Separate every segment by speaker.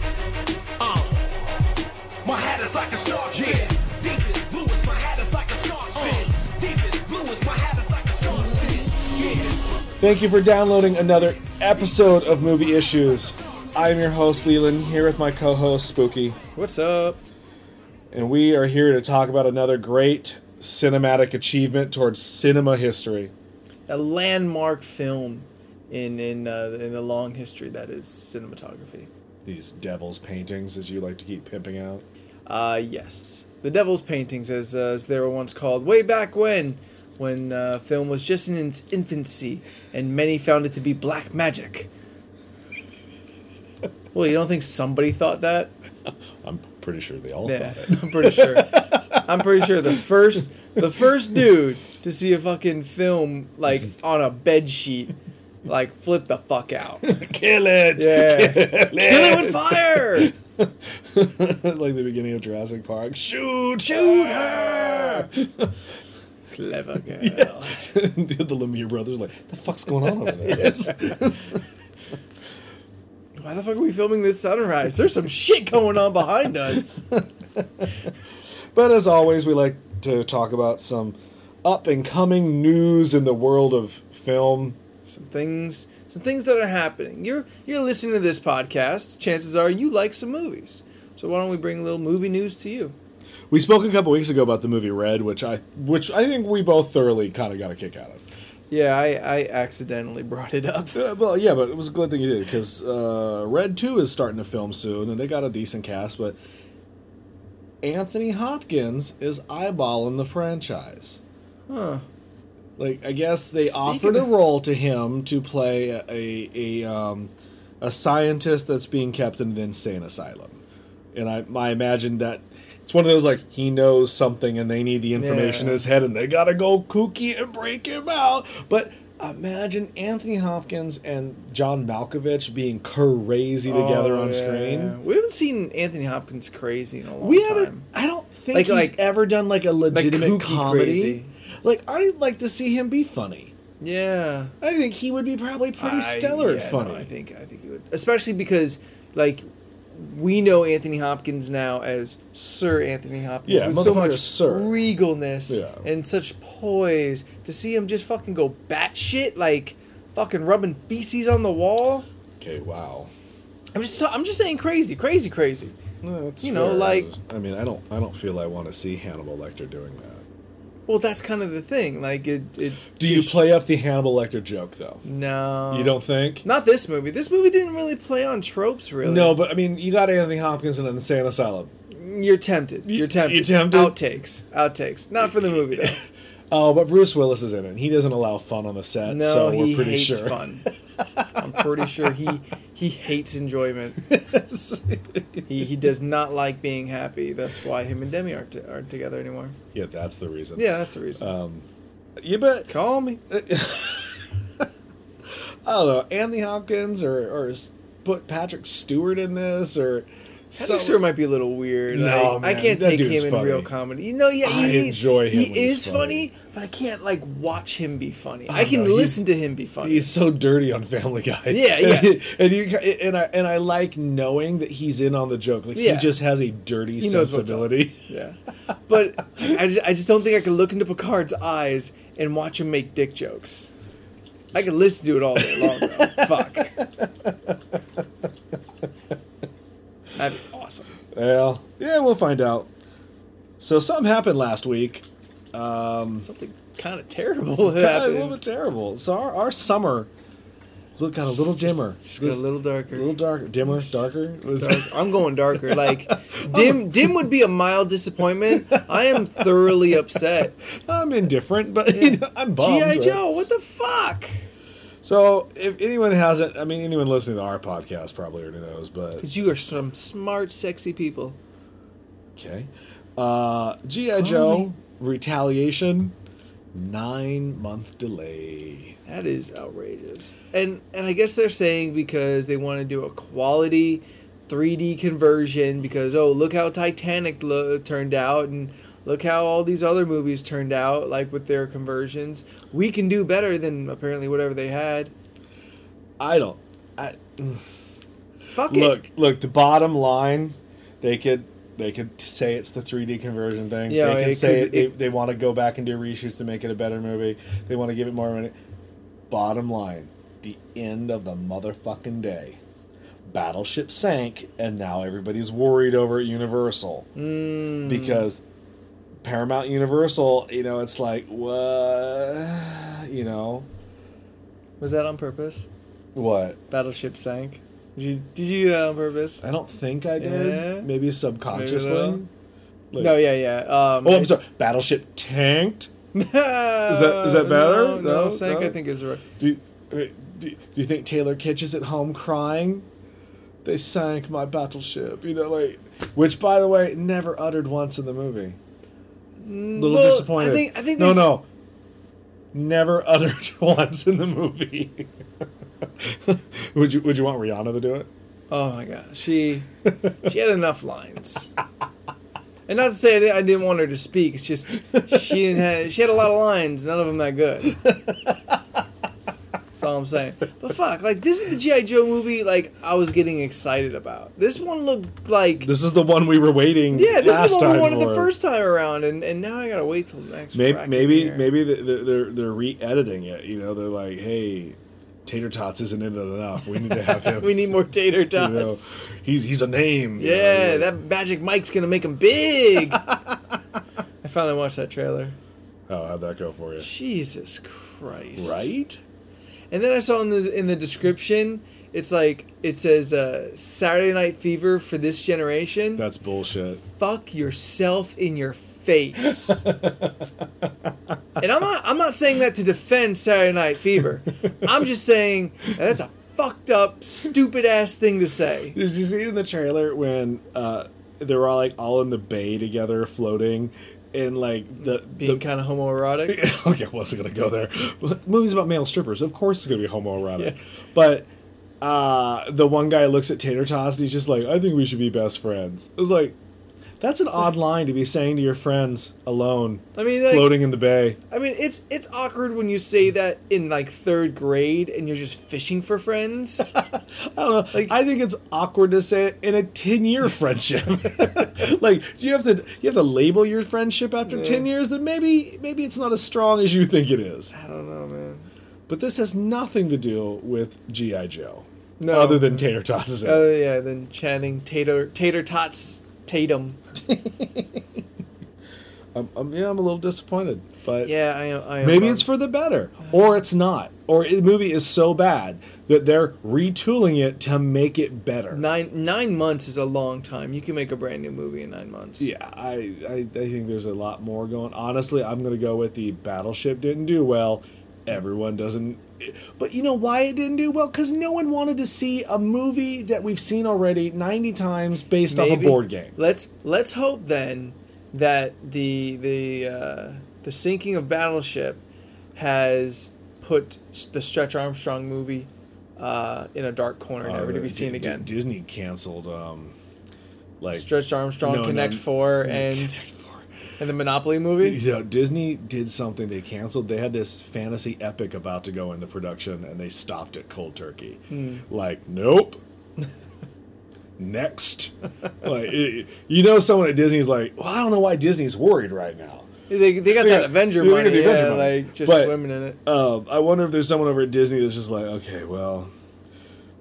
Speaker 1: Uh, is like a shark fin. Deep is blue is my hat is like a shark's fin. Deep is blue is my hat is like a shark's fin. Yeah.
Speaker 2: Thank you for downloading another episode of Movie Issues. I'm your host Leland here with my co-host Spooky,
Speaker 3: What's up?
Speaker 2: and we are here to talk about another great cinematic achievement towards cinema history.
Speaker 3: A landmark film in in uh, in the long history that is cinematography.
Speaker 2: These devil's paintings, as you like to keep pimping out.
Speaker 3: Uh yes, the Devil's Paintings, as uh, as they were once called, way back when, when uh, film was just in its infancy, and many found it to be black magic. well, you don't think somebody thought that?
Speaker 2: I'm pretty sure they all
Speaker 3: Yeah,
Speaker 2: thought it.
Speaker 3: I'm pretty sure. I'm pretty sure the first the first dude to see a fucking film like on a bed sheet, like flip the fuck out.
Speaker 2: Kill it!
Speaker 3: Yeah.
Speaker 2: Kill
Speaker 3: Kill it with fire!
Speaker 2: like the beginning of Jurassic Park. Shoot!
Speaker 3: Shoot her! Clever girl.
Speaker 2: the, the Lemire brothers, like, the fuck's going on over there?
Speaker 3: Why the fuck are we filming this sunrise? There's some shit going on behind us.
Speaker 2: But as always, we like to talk about some up and coming news in the world of film.
Speaker 3: Some things, some things that are happening. You're you're listening to this podcast. Chances are you like some movies. So why don't we bring a little movie news to you?
Speaker 2: We spoke a couple weeks ago about the movie Red, which I which I think we both thoroughly kind of got a kick out of.
Speaker 3: Yeah, I, I accidentally brought it up.
Speaker 2: Uh, well, yeah, but it was a good thing you did because uh, Red Two is starting to film soon, and they got a decent cast. But Anthony Hopkins is eyeballing the franchise.
Speaker 3: Huh.
Speaker 2: Like I guess they
Speaker 3: Speaking
Speaker 2: offered a
Speaker 3: of-
Speaker 2: role to him to play a a, a, um, a scientist that's being kept in an insane asylum, and I I imagine that it's one of those like he knows something and they need the information in
Speaker 3: Yeah.
Speaker 2: his head and they gotta go kooky and break him out. But imagine Anthony Hopkins and John Malkovich being crazy together
Speaker 3: Oh,
Speaker 2: on
Speaker 3: yeah, yeah.
Speaker 2: screen.
Speaker 3: We haven't seen Anthony Hopkins crazy in a long
Speaker 2: We
Speaker 3: time.
Speaker 2: haven't. I don't think
Speaker 3: Like-
Speaker 2: he's
Speaker 3: like-
Speaker 2: ever done like a legitimate
Speaker 3: kooky
Speaker 2: comedy.
Speaker 3: crazy.
Speaker 2: Like I like to see him be funny.
Speaker 3: Yeah.
Speaker 2: I think he would be probably pretty stellar
Speaker 3: I,
Speaker 2: at
Speaker 3: yeah,
Speaker 2: funny.
Speaker 3: no, I think I think he would, especially because like we know Anthony Hopkins now as Sir Anthony Hopkins
Speaker 2: Yeah,
Speaker 3: with so
Speaker 2: motherfucker
Speaker 3: much
Speaker 2: is Sir.
Speaker 3: regalness
Speaker 2: Yeah.
Speaker 3: and such poise. To see him just fucking go batshit like fucking rubbing feces on the wall.
Speaker 2: Okay, wow.
Speaker 3: I'm just I'm just saying crazy, crazy, crazy.
Speaker 2: No, that's
Speaker 3: You know,
Speaker 2: fair.
Speaker 3: like-
Speaker 2: I just- I mean, I don't, I don't feel I want to see Hannibal Lecter doing that.
Speaker 3: Well, that's kind of the thing. Like it. it
Speaker 2: Do you
Speaker 3: just-
Speaker 2: play up the Hannibal Lecter joke though?
Speaker 3: No.
Speaker 2: You don't think?
Speaker 3: Not this movie. This movie didn't really play on tropes, really.
Speaker 2: No, but I mean, you got Anthony Hopkins in an insane asylum.
Speaker 3: You're tempted.
Speaker 2: You-
Speaker 3: You're tempted.
Speaker 2: you're tempted?
Speaker 3: Outtakes. Outtakes. Not for the movie, though.
Speaker 2: Oh, but Bruce Willis is in it. and He doesn't allow fun on the set,
Speaker 3: No,
Speaker 2: so
Speaker 3: he
Speaker 2: we're pretty
Speaker 3: hates
Speaker 2: sure.
Speaker 3: fun. I'm pretty sure he he hates enjoyment. He he does not like being happy. That's why him and Demi aren't, t- aren't together anymore.
Speaker 2: yeah, that's the reason. Um,
Speaker 3: Yeah, that's the reason.
Speaker 2: Uh, yeah, but
Speaker 3: Call me.
Speaker 2: I don't know, Anthony Hopkins or or s- put Patrick Stewart in this or
Speaker 3: Patrick
Speaker 2: some-
Speaker 3: Stewart might be a little weird.
Speaker 2: No,
Speaker 3: like, I
Speaker 2: man,
Speaker 3: can't
Speaker 2: that
Speaker 3: take him
Speaker 2: dude's
Speaker 3: in
Speaker 2: funny.
Speaker 3: real comedy. You know, yeah,
Speaker 2: I
Speaker 3: he,
Speaker 2: enjoy him
Speaker 3: He
Speaker 2: when he's
Speaker 3: is
Speaker 2: funny.
Speaker 3: funny, but I can't like watch him be funny.
Speaker 2: I
Speaker 3: I, can
Speaker 2: know, he's-
Speaker 3: listen to him be funny.
Speaker 2: He's so dirty on Family Guy.
Speaker 3: Yeah, yeah.
Speaker 2: and you and I and I like knowing that he's in on the joke. Like he
Speaker 3: Yeah.
Speaker 2: just has a dirty
Speaker 3: He knows what's up.
Speaker 2: sensibility.
Speaker 3: Yeah. But I just, I just don't think I can look into Picard's eyes and watch him make dick jokes. I can listen to it all day long, though. Fuck. That'd be awesome.
Speaker 2: well, yeah, we'll find out. So something happened last week.
Speaker 3: Something kind of terrible
Speaker 2: God, a
Speaker 3: happened.
Speaker 2: little bit terrible. So our, our summer look got a little dimmer.
Speaker 3: Just got a little darker.
Speaker 2: a little darker, dimmer, darker. It was-
Speaker 3: Dark- I'm going darker. Like dim, dim would be a mild disappointment. I am thoroughly upset.
Speaker 2: I'm indifferent, but you know, I'm bummed.
Speaker 3: GI
Speaker 2: right?
Speaker 3: Joe, what the fuck?
Speaker 2: So if anyone hasn't, I mean, anyone listening to our podcast probably already knows, but
Speaker 3: Because you are some smart, sexy people.
Speaker 2: Okay. Uh, G.I. Joe, Retaliation, nine month delay.
Speaker 3: That is outrageous. And and I guess they're saying because they want to do a quality 3D conversion because oh look how Titanic lo- turned out and look how all these other movies turned out like with their conversions. We can do better than apparently whatever they had.
Speaker 2: I don't. I,
Speaker 3: Fuck
Speaker 2: look,
Speaker 3: it.
Speaker 2: look, the bottom line, they could. They could t- say it's the 3D conversion thing.
Speaker 3: Yeah,
Speaker 2: they can
Speaker 3: it
Speaker 2: say
Speaker 3: could-
Speaker 2: it, they,
Speaker 3: it-
Speaker 2: they want to go back and do reshoots to make it a better movie. They want to give it more money. Bottom line, the end of the motherfucking day. Battleship sank, and now everybody's worried over at Universal
Speaker 3: Mm,
Speaker 2: because Paramount Universal, you know, it's like what, you know,
Speaker 3: was that on purpose?
Speaker 2: what?
Speaker 3: Battleship sank. Did you did you do that on purpose?
Speaker 2: I don't think I did.
Speaker 3: Yeah.
Speaker 2: Maybe subconsciously.
Speaker 3: Maybe
Speaker 2: Like-
Speaker 3: no, yeah, yeah. Um,
Speaker 2: Oh, I'm
Speaker 3: it-
Speaker 2: sorry. Battleship tanked.
Speaker 3: is that
Speaker 2: is that better?
Speaker 3: No, no,
Speaker 2: No,
Speaker 3: sank.
Speaker 2: no.
Speaker 3: I think is right.
Speaker 2: Do, I mean, do, do you think Taylor Kitsch is at home crying? They sank my battleship. You know, like which, by the way, never uttered once in the movie. little
Speaker 3: Well,
Speaker 2: disappointed.
Speaker 3: I think I think
Speaker 2: no,
Speaker 3: they s-
Speaker 2: no, never uttered once in the movie. would you Would you want Rihanna to do it?
Speaker 3: Oh my god, she she had enough lines. And not to say I didn't, I didn't want her to speak. It's just she didn't have, she had a lot of lines, none of them that good. That's all I'm saying. But fuck, like this is the GI Joe movie like I was getting excited about. This one looked like
Speaker 2: This is the one we were waiting.
Speaker 3: yeah, this
Speaker 2: last
Speaker 3: is what we
Speaker 2: time
Speaker 3: wanted the
Speaker 2: for.
Speaker 3: first time around, and, and now I gotta wait till the next.
Speaker 2: Maybe
Speaker 3: bracket
Speaker 2: maybe
Speaker 3: here.
Speaker 2: maybe th- they're, they're they're re-editing it. You know, they're like, hey, Tater Tots isn't in it enough. We need to have him.
Speaker 3: we need more tater
Speaker 2: you
Speaker 3: tots.
Speaker 2: know, he's he's a name. you
Speaker 3: Yeah,
Speaker 2: know,
Speaker 3: that magic Mike's gonna make him big. I finally watched that trailer.
Speaker 2: Oh, how'd that go for you?
Speaker 3: Jesus Christ!
Speaker 2: Right?
Speaker 3: And then I saw in the in the description, it's like it says uh, Saturday Night Fever for this generation.
Speaker 2: That's bullshit.
Speaker 3: Fuck yourself in your face. and I'm not I'm not saying that to defend Saturday Night Fever. I'm just saying that's a fucked up, stupid ass thing to say.
Speaker 2: Did you see in the trailer when uh, they were all like all in the bay together, floating, and like the
Speaker 3: Being
Speaker 2: the,
Speaker 3: kind of homoerotic.
Speaker 2: okay, I wasn't gonna go there. But movies about male strippers, of course, it's gonna be homoerotic. But uh, the one guy looks at Tater Tots and he's just like, "I think we should be best friends." It was like, that's an odd line to be saying to your friends alone,
Speaker 3: I mean, like,
Speaker 2: floating in the bay.
Speaker 3: I mean, it's it's awkward when you say that in like third grade and you're just fishing for friends.
Speaker 2: I don't know.
Speaker 3: Like-
Speaker 2: I think it's awkward to say it in a ten-year friendship. like, do you have to you have to label your friendship after
Speaker 3: Yeah.
Speaker 2: ten years? Then maybe maybe it's not as strong as you think it is.
Speaker 3: I don't know, man.
Speaker 2: But this has nothing to do with GI Joe.
Speaker 3: No.
Speaker 2: Other than Tater Tots is in it.
Speaker 3: Oh yeah, then Channing Tater Tater Tots Tatum.
Speaker 2: I'm, I'm, um, yeah, I'm a little disappointed, but
Speaker 3: Yeah, I am. I am
Speaker 2: maybe
Speaker 3: bummed.
Speaker 2: it's for the better, or it's not, or the movie is so bad that they're retooling it to make it better.
Speaker 3: nine nine months is a long time. You can make a brand new movie in nine months.
Speaker 2: yeah, I, I I think there's a lot more going. Honestly, I'm gonna go with the Battleship didn't do well. Everyone doesn't, but you know why it didn't do well? Because no one wanted to see a movie that we've seen already 90 times based off a
Speaker 3: Maybe-
Speaker 2: board game.
Speaker 3: Let's let's hope then that the the uh, the sinking of battleship has put s- the Stretch Armstrong movie uh, in a dark corner,
Speaker 2: Uh,
Speaker 3: never to
Speaker 2: the-
Speaker 3: be seen
Speaker 2: D- D-
Speaker 3: again.
Speaker 2: Disney canceled, um, like
Speaker 3: Stretch Armstrong,
Speaker 2: No, no,
Speaker 3: Connect
Speaker 2: no,
Speaker 3: Four, and and the Monopoly movie.
Speaker 2: You know, Disney did something they canceled. They had this fantasy epic about to go into production and they stopped it cold turkey.
Speaker 3: Hmm.
Speaker 2: Like, nope. Next. like, it, you know, someone at Disney's like, well, I don't know why Disney's worried right now.
Speaker 3: They, they got
Speaker 2: They
Speaker 3: that
Speaker 2: got-
Speaker 3: Avenger
Speaker 2: they got
Speaker 3: money,
Speaker 2: the Avenger
Speaker 3: yeah,
Speaker 2: money.
Speaker 3: like just
Speaker 2: But-
Speaker 3: swimming in it.
Speaker 2: Um, I wonder if there's someone over at Disney that's just like, okay, well,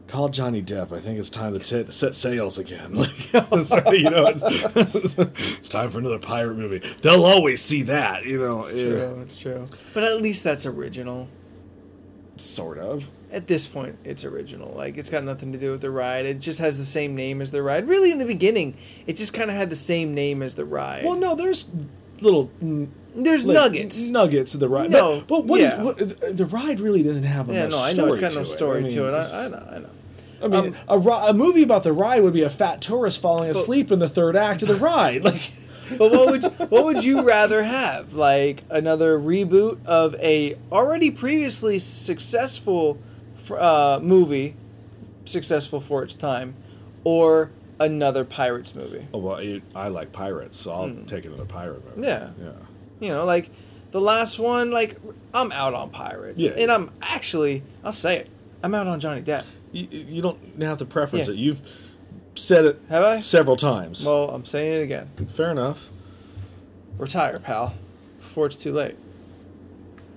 Speaker 2: call Johnny Depp. I think it's time to t- set sails again. Like, so, you know, it's, it's time for another pirate movie. They'll always see that, you know.
Speaker 3: It's
Speaker 2: yeah.
Speaker 3: true. It's true. But at least that's original.
Speaker 2: Sort of.
Speaker 3: At this point, it's original. Like it's got nothing to do with the ride. It just has the same name as the ride. Really, in the beginning, it just kind of had the same name as the ride.
Speaker 2: Well, no, there's little mm,
Speaker 3: there's
Speaker 2: like,
Speaker 3: nuggets.
Speaker 2: nuggets of the ride.
Speaker 3: No,
Speaker 2: but, but what, do you-
Speaker 3: yeah.
Speaker 2: what- the- the ride really doesn't have a
Speaker 3: yeah,
Speaker 2: much
Speaker 3: no, I
Speaker 2: story
Speaker 3: know it's got
Speaker 2: to
Speaker 3: no
Speaker 2: it.
Speaker 3: story
Speaker 2: I mean,
Speaker 3: to it.
Speaker 2: it's-
Speaker 3: I, I know. I know.
Speaker 2: I mean, a, ri- a movie about the ride would be a fat tourist falling
Speaker 3: But-
Speaker 2: asleep in the third act of the ride. Like,
Speaker 3: But what would what would you rather have? Like another reboot of a already previously successful fr- uh, movie, successful for its time, or another pirates movie?
Speaker 2: oh well, it, I like pirates, so I'll take another pirate movie.
Speaker 3: Yeah.
Speaker 2: Hmm. yeah.
Speaker 3: You know, like the last one. Like I'm out on pirates,
Speaker 2: Yeah.
Speaker 3: and I'm actually I'll say it. I'm out on Johnny Depp.
Speaker 2: You, you don't have to preference
Speaker 3: Yeah.
Speaker 2: it. You've said it
Speaker 3: Have I?
Speaker 2: several times.
Speaker 3: Well, I'm saying it again.
Speaker 2: Fair enough.
Speaker 3: Retire, pal, before it's too late.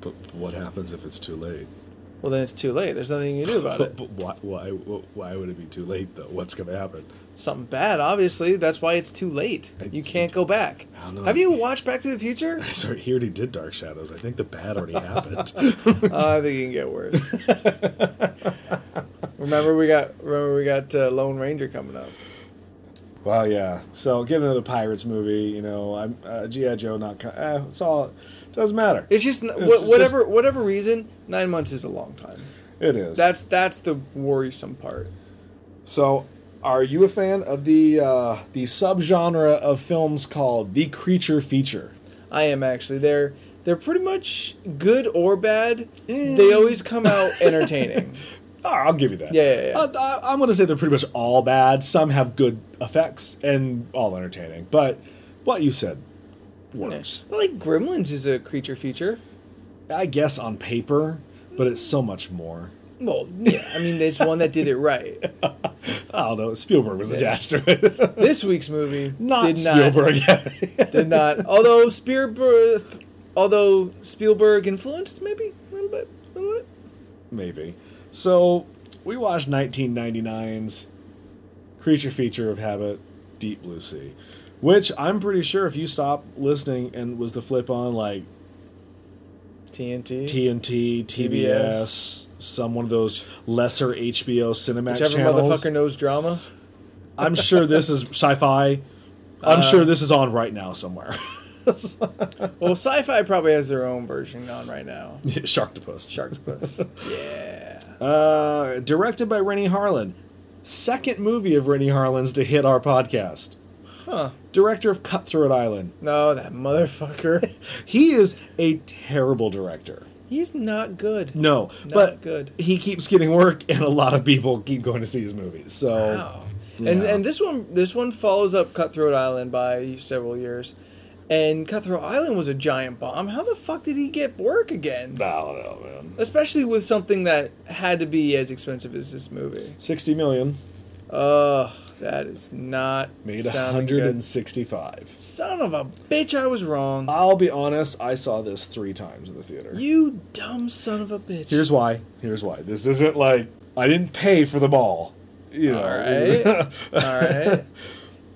Speaker 2: But what happens if it's too late?
Speaker 3: Well, then it's too late. There's nothing you can do about
Speaker 2: But,
Speaker 3: it.
Speaker 2: but why, why, why would it be too late, though? What's going to happen?
Speaker 3: Something bad, obviously. That's why it's too late.
Speaker 2: I-
Speaker 3: You can't go back.
Speaker 2: I don't know.
Speaker 3: Have you watched Back to the Future?
Speaker 2: Sorry, he already did Dark Shadows. I think the bad already happened.
Speaker 3: Uh, I think it can get worse. remember we got remember we got uh, Lone Ranger coming up.
Speaker 2: Well, yeah. So get another Pirates movie. You know, I'm uh, GI Joe. Not co- eh, it's all. Doesn't matter.
Speaker 3: It's just n
Speaker 2: It's
Speaker 3: wha-
Speaker 2: just-
Speaker 3: whatever whatever reason. Nine months is a long time.
Speaker 2: It is.
Speaker 3: That's that's the worrisome part.
Speaker 2: so. Are you a fan of the uh, the subgenre of films called the creature feature?
Speaker 3: I am actually. They're they're pretty much good or bad. They always come out entertaining.
Speaker 2: Ah, I'll give you that.
Speaker 3: Yeah, yeah, yeah.
Speaker 2: Uh, I, I'm going to say they're pretty much all bad. Some have good effects and all entertaining. But what you said works.
Speaker 3: like Gremlins is a creature feature.
Speaker 2: I guess on paper, but it's so much more.
Speaker 3: Well, yeah, I mean it's one that did it right.
Speaker 2: I don't know. Spielberg was attached to it.
Speaker 3: This week's movie
Speaker 2: not
Speaker 3: did not
Speaker 2: Spielberg.
Speaker 3: did not. Although Spielberg, although Spielberg influenced maybe a little bit, a little bit.
Speaker 2: Maybe. So we watched 1999's Creature Feature of Habit, Deep Blue Sea, which I'm pretty sure if you stopped listening and was to flip on like
Speaker 3: TNT.
Speaker 2: TNT, TBS,
Speaker 3: TBS.
Speaker 2: some one of those lesser HBO Cinemax
Speaker 3: Whichever
Speaker 2: channels,
Speaker 3: motherfucker knows drama.
Speaker 2: I'm sure this is sci-fi. I'm
Speaker 3: Uh,
Speaker 2: sure this is on right now somewhere.
Speaker 3: Well, sci-fi probably has their own version on right now.
Speaker 2: Sharktopus.
Speaker 3: Sharktopus. yeah.
Speaker 2: Uh, directed by Rennie Harlan. Second movie of Rennie Harlan's to hit our podcast.
Speaker 3: Huh.
Speaker 2: Director of Cutthroat Island.
Speaker 3: No, that motherfucker.
Speaker 2: He is a terrible director.
Speaker 3: He's not good.
Speaker 2: No,
Speaker 3: Not
Speaker 2: but
Speaker 3: good.
Speaker 2: he keeps getting work, and a lot of people keep going to see his movies. So,
Speaker 3: Wow. And
Speaker 2: Yeah.
Speaker 3: and this one this one follows up Cutthroat Island by several years. And Cutthroat Island was a giant bomb. How the fuck did he get work again?
Speaker 2: I don't know, man.
Speaker 3: Especially with something that had to be as expensive as this movie.
Speaker 2: Sixty million
Speaker 3: Ugh, that is not
Speaker 2: made
Speaker 3: sounding
Speaker 2: hundred
Speaker 3: good.
Speaker 2: and Uh, sixty-five.
Speaker 3: Son of a bitch, I was wrong.
Speaker 2: I'll be honest. I saw this three times in the theater.
Speaker 3: you dumb son of a bitch.
Speaker 2: Here's why. Here's why. This isn't like I didn't pay for the ball. You know.
Speaker 3: all right, all right,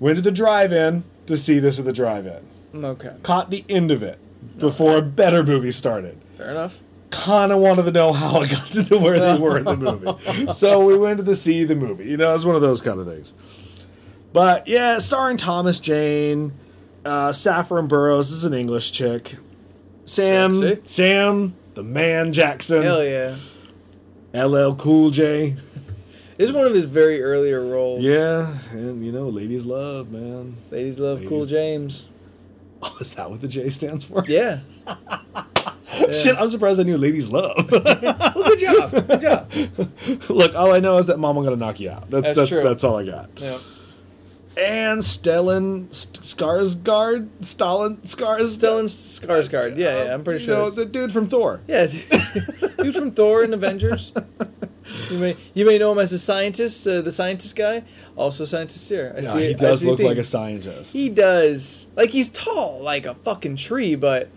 Speaker 2: Went to the drive-in to see this at the drive-in.
Speaker 3: Mm, okay,
Speaker 2: Caught the end of it before a better movie started.
Speaker 3: fair enough.
Speaker 2: kind of wanted to know how it got to the- where they were in the movie. so we went to the see the movie. You know, it's one of those kind of things. But yeah, starring Thomas Jane, uh, Saffron Burrows is an English chick. Sam,
Speaker 3: Sexy.
Speaker 2: Sam, the man Jackson,
Speaker 3: Hell yeah,
Speaker 2: LL Cool J.
Speaker 3: this is one of his very earlier roles.
Speaker 2: Yeah, and you know, ladies love man.
Speaker 3: ladies love Cool
Speaker 2: Ladies-
Speaker 3: James.
Speaker 2: Oh, is that what the J stands for?
Speaker 3: Yeah,
Speaker 2: Shit, I'm surprised I knew ladies love.
Speaker 3: well, good job, good job.
Speaker 2: Look, all I know is that mama gonna knock you out. That,
Speaker 3: That's
Speaker 2: that's
Speaker 3: true.
Speaker 2: That's all I got.
Speaker 3: Yeah.
Speaker 2: and Stellan St- Skarsgård, Stalin Skars,
Speaker 3: Stellan Skarsgård. Yeah, yeah, I'm pretty
Speaker 2: you
Speaker 3: sure.
Speaker 2: know,
Speaker 3: it's-
Speaker 2: the dude from Thor.
Speaker 3: Yeah, dude from Thor and Avengers. You may you may know him as the scientist, uh, the scientist guy. Also, scientist here. I
Speaker 2: Yeah,
Speaker 3: see.
Speaker 2: he
Speaker 3: I
Speaker 2: does
Speaker 3: see a
Speaker 2: look like
Speaker 3: theme.
Speaker 2: a scientist.
Speaker 3: He does. Like he's tall, like a fucking tree, but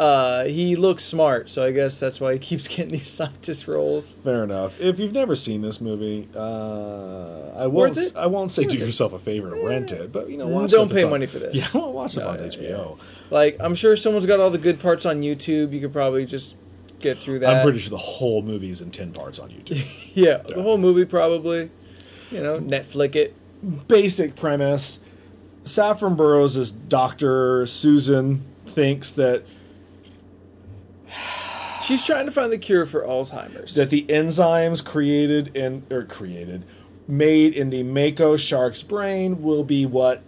Speaker 3: uh, he looks smart. So I guess that's why he keeps getting these scientist roles.
Speaker 2: Fair enough. If you've never seen this movie, uh, I won't.
Speaker 3: Worth it?
Speaker 2: I won't say do
Speaker 3: Worth it. Eh, mm,
Speaker 2: yourself a favor and rent it, but you know, watch stuff
Speaker 3: Don't
Speaker 2: that's
Speaker 3: pay
Speaker 2: on-
Speaker 3: money for this.
Speaker 2: Yeah, well, watch stuff on
Speaker 3: No, yeah,
Speaker 2: HBO.
Speaker 3: Like I'm sure someone's got all the good parts on YouTube. You could probably just get through that.
Speaker 2: I'm pretty sure the whole movie is in ten parts on YouTube.
Speaker 3: Yeah, the whole movie probably. You know, Netflix it.
Speaker 2: Basic premise: Saffron Burrows' doctor Susan thinks that
Speaker 3: She's trying to find the cure for Alzheimer's.
Speaker 2: that the enzymes created in or created made in the mako shark's brain will be what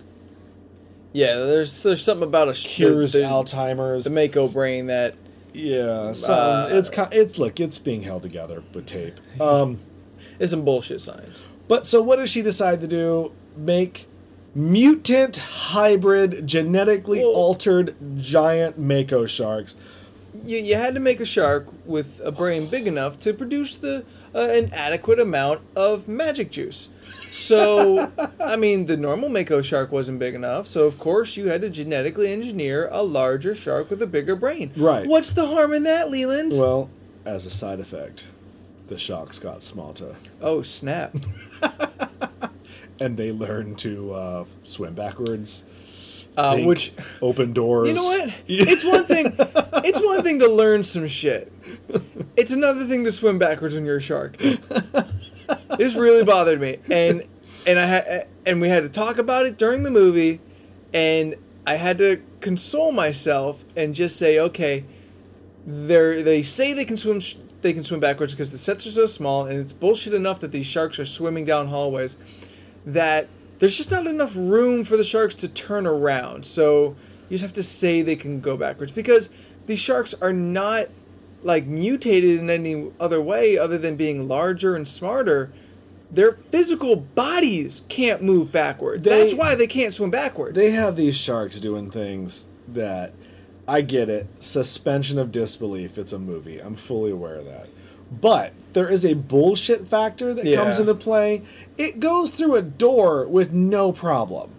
Speaker 3: yeah, there's there's something about a sh-
Speaker 2: cures
Speaker 3: the, the-
Speaker 2: alzheimer's
Speaker 3: the Mako brain that
Speaker 2: yeah so
Speaker 3: Uh,
Speaker 2: it's ki- it's look it's being held together with tape um
Speaker 3: is some bullshit science.
Speaker 2: but so what does she decide to do make mutant hybrid genetically
Speaker 3: Well-
Speaker 2: altered giant mako sharks
Speaker 3: you, you had to make a shark with a brain big enough to produce the uh, an adequate amount of magic juice. So, I mean, the normal Mako shark wasn't big enough, so of course you had to genetically engineer a larger shark with a bigger brain.
Speaker 2: Right.
Speaker 3: What's the harm in that, Leland?
Speaker 2: Well, as a side effect, the sharks got smarter
Speaker 3: oh, snap.
Speaker 2: and they learned to uh, swim backwards,
Speaker 3: Uh,
Speaker 2: think,
Speaker 3: which
Speaker 2: open doors.
Speaker 3: You know what? It's one thing. It's one thing to learn some shit. It's another thing to swim backwards when you're a shark. This really bothered me, and and I ha- and we had to talk about it during the movie, and I had to console myself and just say, okay, they they say they can swim sh- they can swim backwards because the sets are so small, and it's bullshit enough that these sharks are swimming down hallways that there's just not enough room for the sharks to turn around. So you just have to say they can go backwards because these sharks are not like mutated in any other way other than being larger and smarter. Their physical bodies can't move backward.
Speaker 2: They-
Speaker 3: That's why they can't swim backwards.
Speaker 2: They have these sharks doing things that I get it. Suspension of disbelief. It's a movie. I'm fully aware of that. But there is a bullshit factor that
Speaker 3: Yeah.
Speaker 2: comes into play. It goes through a door with no problem.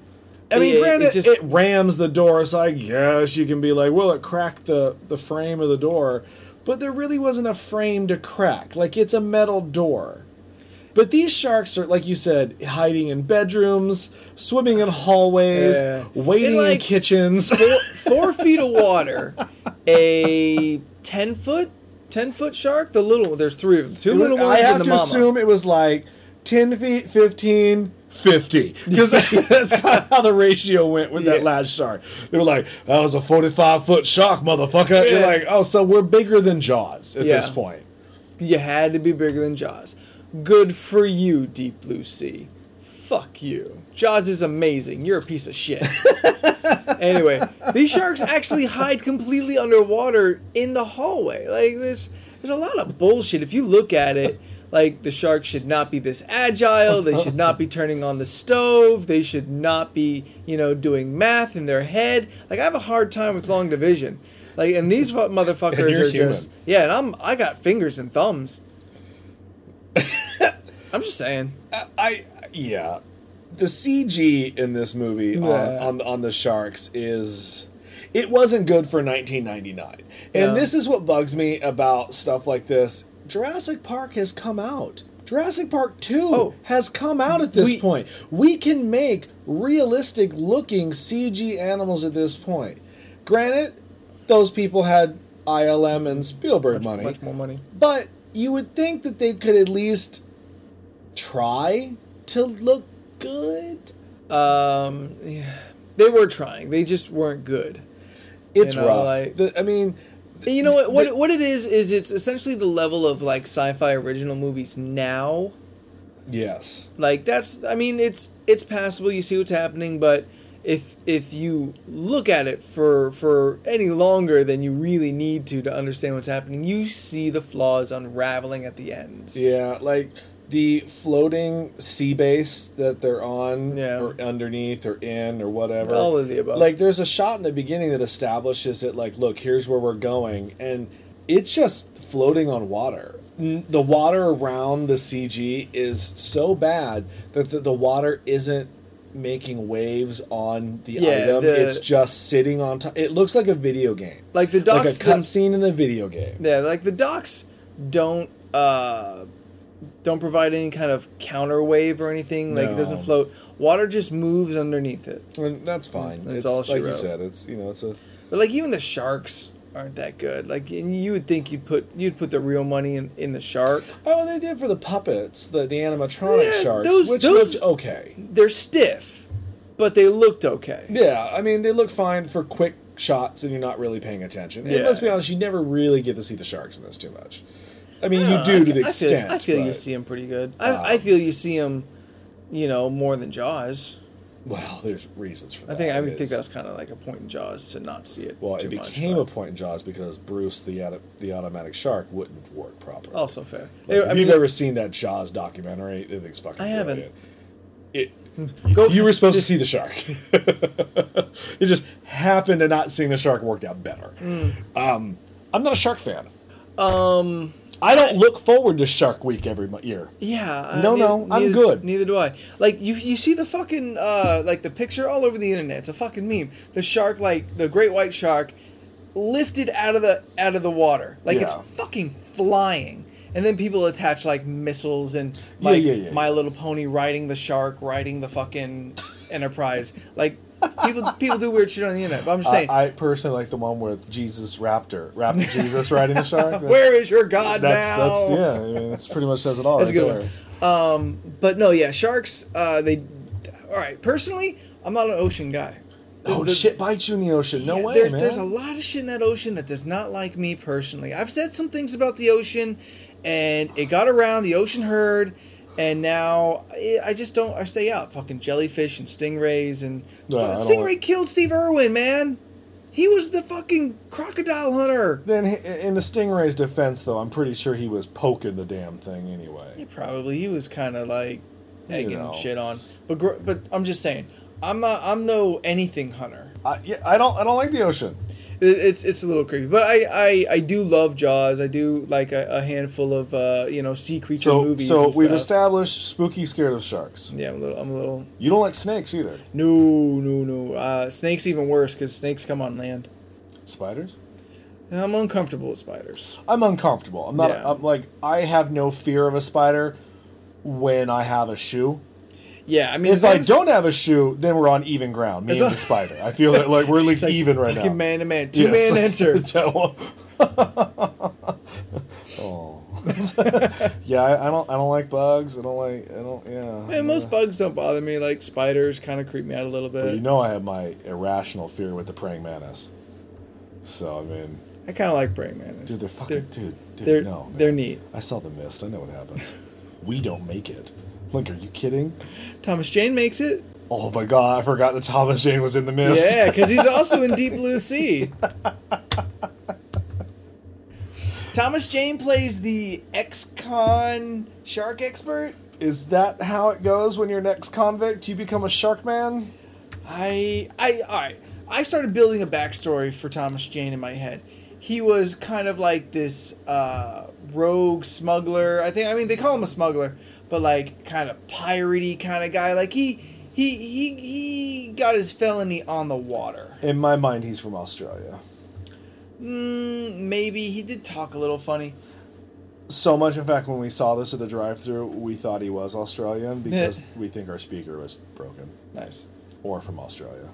Speaker 2: I mean,
Speaker 3: It- it
Speaker 2: granted, it,
Speaker 3: just-
Speaker 2: rams the door, so I guess you can be like, well, it cracked the, the frame of the door. But there really wasn't a frame to crack. Like, it's a metal door. But these sharks are, like you said, hiding in bedrooms, swimming in hallways,
Speaker 3: Yeah.
Speaker 2: waiting
Speaker 3: And, like-
Speaker 2: in kitchens.
Speaker 3: four, four feet of water, a ten foot, ten foot shark. The little one. There's three of them. Two little ones
Speaker 2: I have
Speaker 3: and the
Speaker 2: to
Speaker 3: mama.
Speaker 2: assume it was like 10 feet, 15, 50. Because that's kind of how the ratio went with that
Speaker 3: Yeah.
Speaker 2: last shark. They were like, that was a 45 foot shark, motherfucker. You're
Speaker 3: Yeah.
Speaker 2: like, oh, so we're bigger than Jaws at
Speaker 3: Yeah.
Speaker 2: this point.
Speaker 3: You had to be bigger than Jaws. Good for you, Deep Blue Sea. Fuck you. Jaws is amazing. You're a piece of shit. anyway, these sharks actually hide completely underwater in the hallway. Like this, there's a lot of bullshit. If you look at it, like the sharks should not be this agile. They should not be turning on the stove. They should not be, you know, doing math in their head. Like I have a hard time with long division. Like and these fu- motherfuckers
Speaker 2: And you're
Speaker 3: are
Speaker 2: human.
Speaker 3: just yeah. And I'm I got fingers and thumbs. I'm just saying.
Speaker 2: I yeah, the CG in this movie on,
Speaker 3: Yeah.
Speaker 2: on on the sharks is it wasn't good for 1999, and
Speaker 3: Yeah.
Speaker 2: this is what bugs me about stuff like this. Jurassic Park has come out. Jurassic Park 2
Speaker 3: Oh.
Speaker 2: has come out at this
Speaker 3: We-
Speaker 2: point. We can make realistic looking CG animals at this point. Granted, those people had ILM and Spielberg money.
Speaker 3: Much more money.
Speaker 2: But you would think that they could at least try to look good.
Speaker 3: Um, yeah. they were trying. They just weren't good.
Speaker 2: It's
Speaker 3: You know,
Speaker 2: rough.
Speaker 3: like-
Speaker 2: The- I mean,
Speaker 3: And you know what? What, what it is is it's essentially the level of like sci-fi original movies now.
Speaker 2: yes,
Speaker 3: Like that's I mean it's it's passable. You see what's happening, but if if you look at it for for any longer than you really need to to understand what's happening, you see the flaws unraveling at the ends.
Speaker 2: yeah, like the floating sea base that they're on,
Speaker 3: Yeah.
Speaker 2: or underneath, or in, or whatever.
Speaker 3: All of the above.
Speaker 2: Like, there's a shot in the beginning that establishes it. Like, look, here's where we're going, and it's just floating on water. N- The water around the CG is so bad that the, the water isn't making waves on the
Speaker 3: Yeah,
Speaker 2: item.
Speaker 3: the-
Speaker 2: it's just sitting on top. It looks like a video game,
Speaker 3: Like the
Speaker 2: like a
Speaker 3: docs them-
Speaker 2: cutscene in the video game.
Speaker 3: Yeah, like the docs don't uh don't provide any kind of counter wave or anything. Like it doesn't
Speaker 2: No.
Speaker 3: float. Water just moves underneath it.
Speaker 2: And that's fine.
Speaker 3: That's-
Speaker 2: It's,
Speaker 3: that's all she
Speaker 2: like you
Speaker 3: wrote.
Speaker 2: said. It's you know it's a
Speaker 3: But like even the sharks aren't that good. Like and you would think you'd put you'd put the real money in, in the shark.
Speaker 2: oh they did for the puppets the the animatronic
Speaker 3: Yeah,
Speaker 2: sharks
Speaker 3: those-
Speaker 2: which
Speaker 3: those-
Speaker 2: looked okay.
Speaker 3: They're stiff, but they looked okay.
Speaker 2: Yeah, I mean they look fine for quick shots, and you're not really paying attention. And
Speaker 3: Yeah.
Speaker 2: let's be honest, you never really get to see the sharks in this too much. I mean,
Speaker 3: I
Speaker 2: you
Speaker 3: don't
Speaker 2: do
Speaker 3: know,
Speaker 2: to
Speaker 3: I
Speaker 2: the
Speaker 3: feel-
Speaker 2: extent.
Speaker 3: I feel you
Speaker 2: but- Ah.
Speaker 3: see them pretty good. I,
Speaker 2: Wow.
Speaker 3: I feel you see them, you know, more than Jaws.
Speaker 2: Well, there's reasons for that.
Speaker 3: I think I would think
Speaker 2: It's-
Speaker 3: that was kind of like a point in Jaws to not see it.
Speaker 2: Ah, Well,
Speaker 3: too
Speaker 2: it
Speaker 3: much,
Speaker 2: became
Speaker 3: but-
Speaker 2: a point in Jaws because Bruce, the auto- the automatic shark, wouldn't work properly.
Speaker 3: also fair.
Speaker 2: Like, if
Speaker 3: I mean,
Speaker 2: you've ever seen that Jaws documentary, it is fucking.
Speaker 3: I haven't.
Speaker 2: brilliant. It.
Speaker 3: go,
Speaker 2: You were supposed to see the shark.
Speaker 3: Mm.
Speaker 2: it just happened to not seeing the shark worked out better. Um, I'm not a shark fan. Um,
Speaker 3: Um,
Speaker 2: I don't look forward to Shark Week every mo- year.
Speaker 3: Yeah. uh,
Speaker 2: No, no, I'm good.
Speaker 3: Neither do I. Like you, you see the fucking uh, like the picture all over the internet. It's a fucking meme. The shark, like the great white shark, lifted out of the out of the water. Like
Speaker 2: Yeah.
Speaker 3: it's fucking flying. And then people attach like missiles and like
Speaker 2: yeah, yeah.
Speaker 3: My Little Pony riding the shark, riding the fucking Enterprise. Like people, people do weird shit on the internet. But I'm just saying,
Speaker 2: I, I personally like the one with Jesus Raptor, Raptor Jesus riding the shark. That's-
Speaker 3: where is your god
Speaker 2: That's
Speaker 3: now?
Speaker 2: that's yeah. I mean, that's pretty much says it all.
Speaker 3: That's a
Speaker 2: right
Speaker 3: good
Speaker 2: there.
Speaker 3: one. Um, but no, yeah, sharks. Uh, they, all right. Personally, I'm not an ocean guy.
Speaker 2: Oh,
Speaker 3: The-
Speaker 2: shit bites you in the ocean. No
Speaker 3: yeah,
Speaker 2: way,
Speaker 3: There's
Speaker 2: man.
Speaker 3: there's a lot of shit in that ocean that does not like me personally. I've said some things about the ocean, and it got around. The ocean heard, and now I I just don't. I stay out. Fucking jellyfish and stingrays and
Speaker 2: Yeah, I don't
Speaker 3: stingray
Speaker 2: like-
Speaker 3: killed Steve Irwin, man. He was the fucking crocodile hunter.
Speaker 2: Then h- in the stingray's defense, though, I'm pretty sure he was poking the damn thing
Speaker 3: Yeah,
Speaker 2: anyway.
Speaker 3: probably he was kind of like egging
Speaker 2: know.
Speaker 3: shit on. But gr- but I'm just saying, I'm not. I'm no anything hunter.
Speaker 2: I, yeah, I don't I don't like the ocean.
Speaker 3: It, it's it's a little creepy, but I, I, I do love Jaws. I do like a, a handful of uh, you know sea creature
Speaker 2: So
Speaker 3: movies.
Speaker 2: so
Speaker 3: and
Speaker 2: we've
Speaker 3: stuff.
Speaker 2: established spooky scared of sharks.
Speaker 3: Yeah, I'm a little. I'm a little.
Speaker 2: You don't like snakes either.
Speaker 3: No, no, no. Uh, snakes even worse because snakes come on land.
Speaker 2: Spiders.
Speaker 3: And I'm uncomfortable with spiders.
Speaker 2: I'm uncomfortable. I'm not.
Speaker 3: Yeah.
Speaker 2: I'm like I have no fear of a spider when I have a shoe.
Speaker 3: Yeah, I mean
Speaker 2: If I
Speaker 3: long as-
Speaker 2: don't have a shoe, then we're on even ground. Me
Speaker 3: As
Speaker 2: and
Speaker 3: long-
Speaker 2: the spider. I feel that like we're at
Speaker 3: it's
Speaker 2: least
Speaker 3: like
Speaker 2: even right now.
Speaker 3: fucking Man to man, two
Speaker 2: Yes.
Speaker 3: man enter.
Speaker 2: So- oh. yeah, I, I don't. I don't like bugs. I don't like. I don't. Yeah.
Speaker 3: Man, most bugs don't bother me. Like spiders, kind of creep me out a little
Speaker 2: But
Speaker 3: bit.
Speaker 2: you know, I have my irrational fear with the praying mantis. So I mean,
Speaker 3: I kind of like praying mantis.
Speaker 2: dude, they're fucking dude. dude
Speaker 3: they're
Speaker 2: no, man.
Speaker 3: they're neat.
Speaker 2: I saw the mist. I know what happens. we don't make it. Like, are you kidding?
Speaker 3: Thomas Jane makes it.
Speaker 2: Oh my god, I forgot that Thomas Jane was in the mist.
Speaker 3: Yeah, because he's also in Deep Blue Sea. Thomas Jane plays the ex-con shark expert.
Speaker 2: Is that how it goes when you're an ex-convict? You become a shark man?
Speaker 3: I, I, all right. I started building a backstory for Thomas Jane in my head. He was kind of like this uh, rogue smuggler. I think. I mean, they call him a smuggler, but like kind of piratey kind of guy. Like he, he, he, he got his felony on the water.
Speaker 2: In my mind, he's from Australia.
Speaker 3: Mm, maybe he did talk a little funny.
Speaker 2: So much, in fact, when we saw this at the drive-through, we thought he was Australian because we think our speaker was broken
Speaker 3: Nice.
Speaker 2: or from Australia.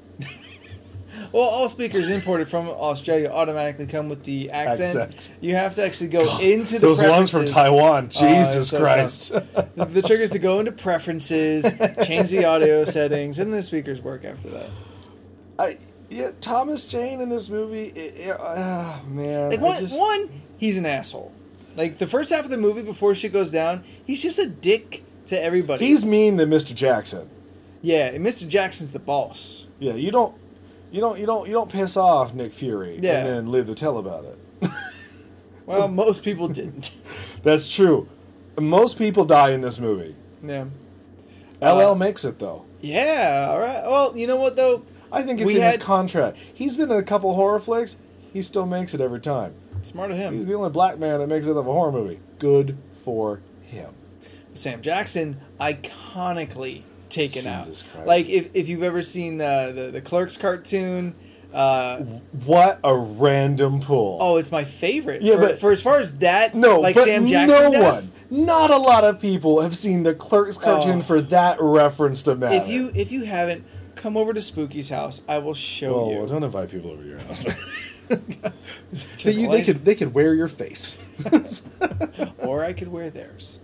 Speaker 3: Well, all speakers imported from Australia automatically come with the accent.
Speaker 2: Accent.
Speaker 3: You have to actually go into the
Speaker 2: Those ones from
Speaker 3: preferences.
Speaker 2: Taiwan,
Speaker 3: Oh, it's
Speaker 2: Jesus
Speaker 3: so
Speaker 2: Christ!
Speaker 3: tough. the, the trick is to go into preferences, change the audio settings, and the speakers work after that.
Speaker 2: I, yeah, Thomas Jane in this movie, it, it- ah, man,
Speaker 3: Like
Speaker 2: I
Speaker 3: one,
Speaker 2: just-
Speaker 3: one, he's an asshole. Like the first half of the movie before shit goes down, he's just a dick to everybody.
Speaker 2: he's mean to Mr. Jackson.
Speaker 3: yeah, and Mr. Jackson's the boss.
Speaker 2: Yeah, you don't, you don't, you don't, you don't piss off Nick Fury
Speaker 3: Yeah.
Speaker 2: and then live to tell about it.
Speaker 3: Well, most people didn't.
Speaker 2: That's true. Most people die in this movie.
Speaker 3: Yeah.
Speaker 2: LL
Speaker 3: Uh,
Speaker 2: makes it though.
Speaker 3: Yeah. All right. Well, you know what though.
Speaker 2: I think it's
Speaker 3: we
Speaker 2: in
Speaker 3: had-
Speaker 2: his contract. He's been in a couple horror flicks. He still makes it every time.
Speaker 3: Smart of him.
Speaker 2: He's the only black man that makes it out of a horror movie. Good for him.
Speaker 3: Sam Jackson iconically taken
Speaker 2: Jesus
Speaker 3: out.
Speaker 2: Christ.
Speaker 3: Like if, if you've ever seen the the, the Clerks cartoon, uh,
Speaker 2: What a random pull.
Speaker 3: oh, it's my favorite.
Speaker 2: Yeah,
Speaker 3: for,
Speaker 2: but-
Speaker 3: for as far as that,
Speaker 2: no,
Speaker 3: like
Speaker 2: but
Speaker 3: Sam
Speaker 2: no
Speaker 3: Jackson, death,
Speaker 2: one, not a lot of people have seen the Clerks cartoon
Speaker 3: Oh.
Speaker 2: for that reference to matter.
Speaker 3: If you if you haven't, come over to Spooky's house. I will show
Speaker 2: well,
Speaker 3: you.
Speaker 2: Oh, don't invite people over to your house.
Speaker 3: Turn
Speaker 2: They-
Speaker 3: the
Speaker 2: you- they
Speaker 3: light-
Speaker 2: could they could wear your face.
Speaker 3: or I could wear theirs.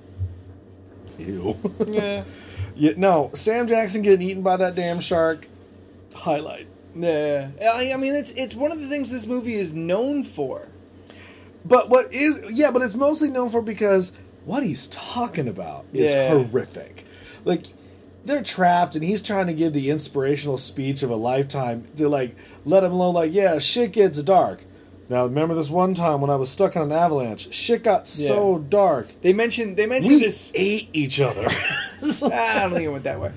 Speaker 2: Ew.
Speaker 3: Yeah,
Speaker 2: Yeah, no, Sam Jackson getting eaten by that damn shark. Highlight.
Speaker 3: yeah. I, I mean, it's it's one of the things this movie is known for.
Speaker 2: But what is yeah, but it's mostly known for because what he's talking about is
Speaker 3: Yeah.
Speaker 2: horrific. Like they're trapped and he's trying to give the inspirational speech of a lifetime to like let him know like yeah, shit gets dark. Now remember this one time when I was stuck on an avalanche, shit got so
Speaker 3: Yeah.
Speaker 2: dark.
Speaker 3: They mentioned they mentioned
Speaker 2: We
Speaker 3: this.
Speaker 2: ate each other.
Speaker 3: Ah, I don't think it went that way.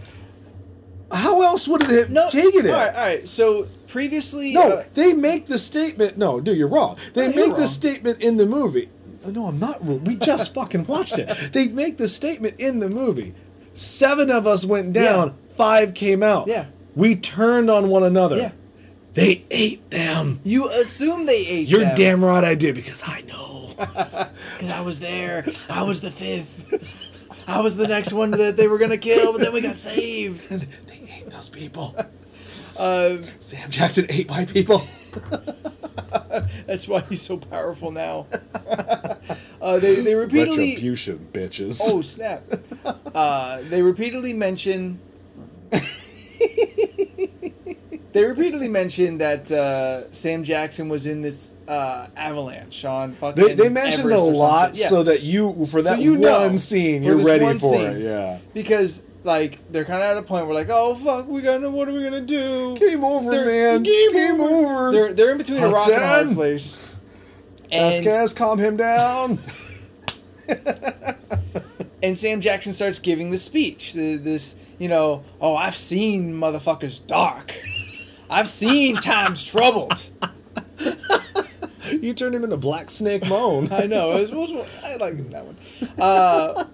Speaker 2: How else would it have
Speaker 3: No,
Speaker 2: taken it?
Speaker 3: All right, all right. So previously.
Speaker 2: No,
Speaker 3: uh,
Speaker 2: they make the statement. No, dude, you're wrong. They
Speaker 3: No, you're
Speaker 2: make
Speaker 3: wrong.
Speaker 2: the statement in the movie. No, I'm not. wrong. We just fucking watched it. They make the statement in the movie. Seven of us went down. Five came out.
Speaker 3: Yeah.
Speaker 2: We turned on one another.
Speaker 3: Yeah.
Speaker 2: They ate them.
Speaker 3: you assume they ate.
Speaker 2: You're
Speaker 3: them.
Speaker 2: damn right I did because I know.
Speaker 3: Because I was there. I was the fifth. I was the next one that they were gonna kill, but then we got saved.
Speaker 2: they ate those people.
Speaker 3: Uh,
Speaker 2: Sam Jackson ate white people.
Speaker 3: that's why he's so powerful now. uh, they they repeatedly.
Speaker 2: Retribution, bitches.
Speaker 3: Oh snap! Uh, they repeatedly mention. they repeatedly mention that uh, Sam Jackson was in this uh, avalanche on fucking.
Speaker 2: They, they mentioned a
Speaker 3: Everest or
Speaker 2: lot
Speaker 3: something. Yeah.
Speaker 2: so that you for
Speaker 3: So
Speaker 2: that
Speaker 3: you know,
Speaker 2: one scene
Speaker 3: for
Speaker 2: you're
Speaker 3: this
Speaker 2: ready
Speaker 3: one
Speaker 2: for
Speaker 3: scene.
Speaker 2: it. Yeah.
Speaker 3: because like they're kind of at a point where like oh fuck we gonna what are we gonna do
Speaker 2: Game over,
Speaker 3: They're-
Speaker 2: man.
Speaker 3: game
Speaker 2: Game, over.
Speaker 3: they're they're in between a rock and a hard
Speaker 2: Hudson?
Speaker 3: place
Speaker 2: Vasquez,
Speaker 3: and,
Speaker 2: calm him down.
Speaker 3: and Sam Jackson starts giving the speech the- this you know oh I've seen motherfuckers dark I've seen times troubled
Speaker 2: you turned him into Black Snake Moan.
Speaker 3: I know. It was, it was- I like that one. Uh,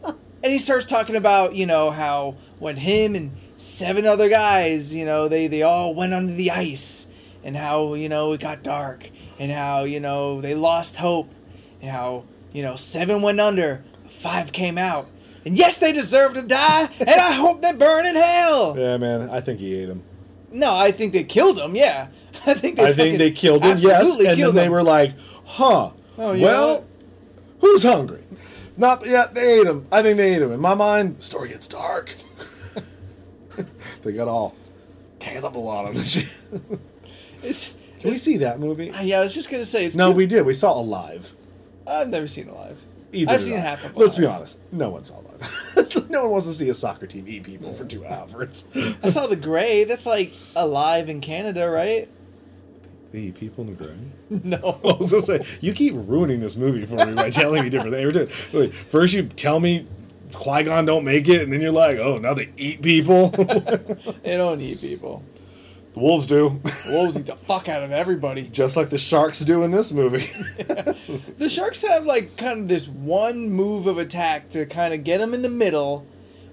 Speaker 3: and he starts talking about you know how when him and seven other guys, you know, they they all went under the ice, and how you know it got dark, and how you know they lost hope, and how you know seven went under, five came out. And yes, they deserve to die, and I hope they burn in hell.
Speaker 2: yeah, man. I think he ate him.
Speaker 3: No, I think they killed him. Yeah, I think they.
Speaker 2: I think
Speaker 3: fucking
Speaker 2: they killed him. Yes,
Speaker 3: absolutely
Speaker 2: and
Speaker 3: killed
Speaker 2: then they
Speaker 3: him.
Speaker 2: were like, "Huh?
Speaker 3: Oh, you know what?
Speaker 2: well, who's hungry?" Not yeah. They ate him. I think they ate him. In my mind, the story gets dark. they got all cannibal on him. and shit.
Speaker 3: It's,
Speaker 2: Can we
Speaker 3: it's-
Speaker 2: see that movie?
Speaker 3: Yeah, I was just gonna say it's
Speaker 2: No,
Speaker 3: too-
Speaker 2: we did. We saw Alive.
Speaker 3: I've never seen Alive.
Speaker 2: Either
Speaker 3: I've
Speaker 2: did
Speaker 3: seen
Speaker 2: I.
Speaker 3: half of
Speaker 2: Let's be
Speaker 3: Alive.
Speaker 2: honest. No one saw Alive. no one wants to see a soccer team eat people for two hours.
Speaker 3: I saw The Gray. That's like Alive in Canada, right?
Speaker 2: They eat people in the ground.
Speaker 3: No.
Speaker 2: I was gonna say you keep ruining this movie for me by telling me different things. Every time- wait, First, you tell me Qui Gon don't make it, and then you're like, oh, now they eat people. the
Speaker 3: They don't eat people.
Speaker 2: wolves do,
Speaker 3: Wolves eat the fuck out of everybody.
Speaker 2: just like the sharks do in this movie.
Speaker 3: The sharks have like kind of this one move of attack to kind of get them in the middle,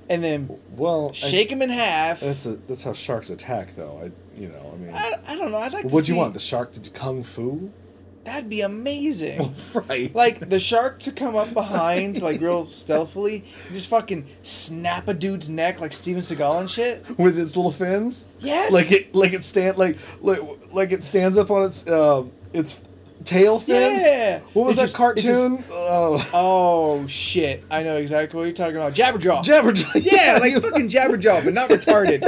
Speaker 3: and then
Speaker 2: well, I-
Speaker 3: shake them in half.
Speaker 2: that's a, that's how sharks attack, though. I you know I mean.
Speaker 3: I, I don't know. I'd like. to
Speaker 2: what do
Speaker 3: see-
Speaker 2: you want? The shark to do kung fu?
Speaker 3: That'd be amazing.
Speaker 2: Right.
Speaker 3: Like the shark to come up behind, like real stealthily, and just fucking snap a dude's neck like Steven Seagal and shit.
Speaker 2: with its little fins.
Speaker 3: Yes.
Speaker 2: Like it, like it stand, like like like it stands up on its uh, its tail fins.
Speaker 3: Yeah.
Speaker 2: What was
Speaker 3: It
Speaker 2: that
Speaker 3: just- it just-
Speaker 2: cartoon? oh,
Speaker 3: Oh shit! I know exactly what you're talking about. Jabberjaw.
Speaker 2: Jabberjaw.
Speaker 3: yeah, like fucking Jabberjaw, but not retarded.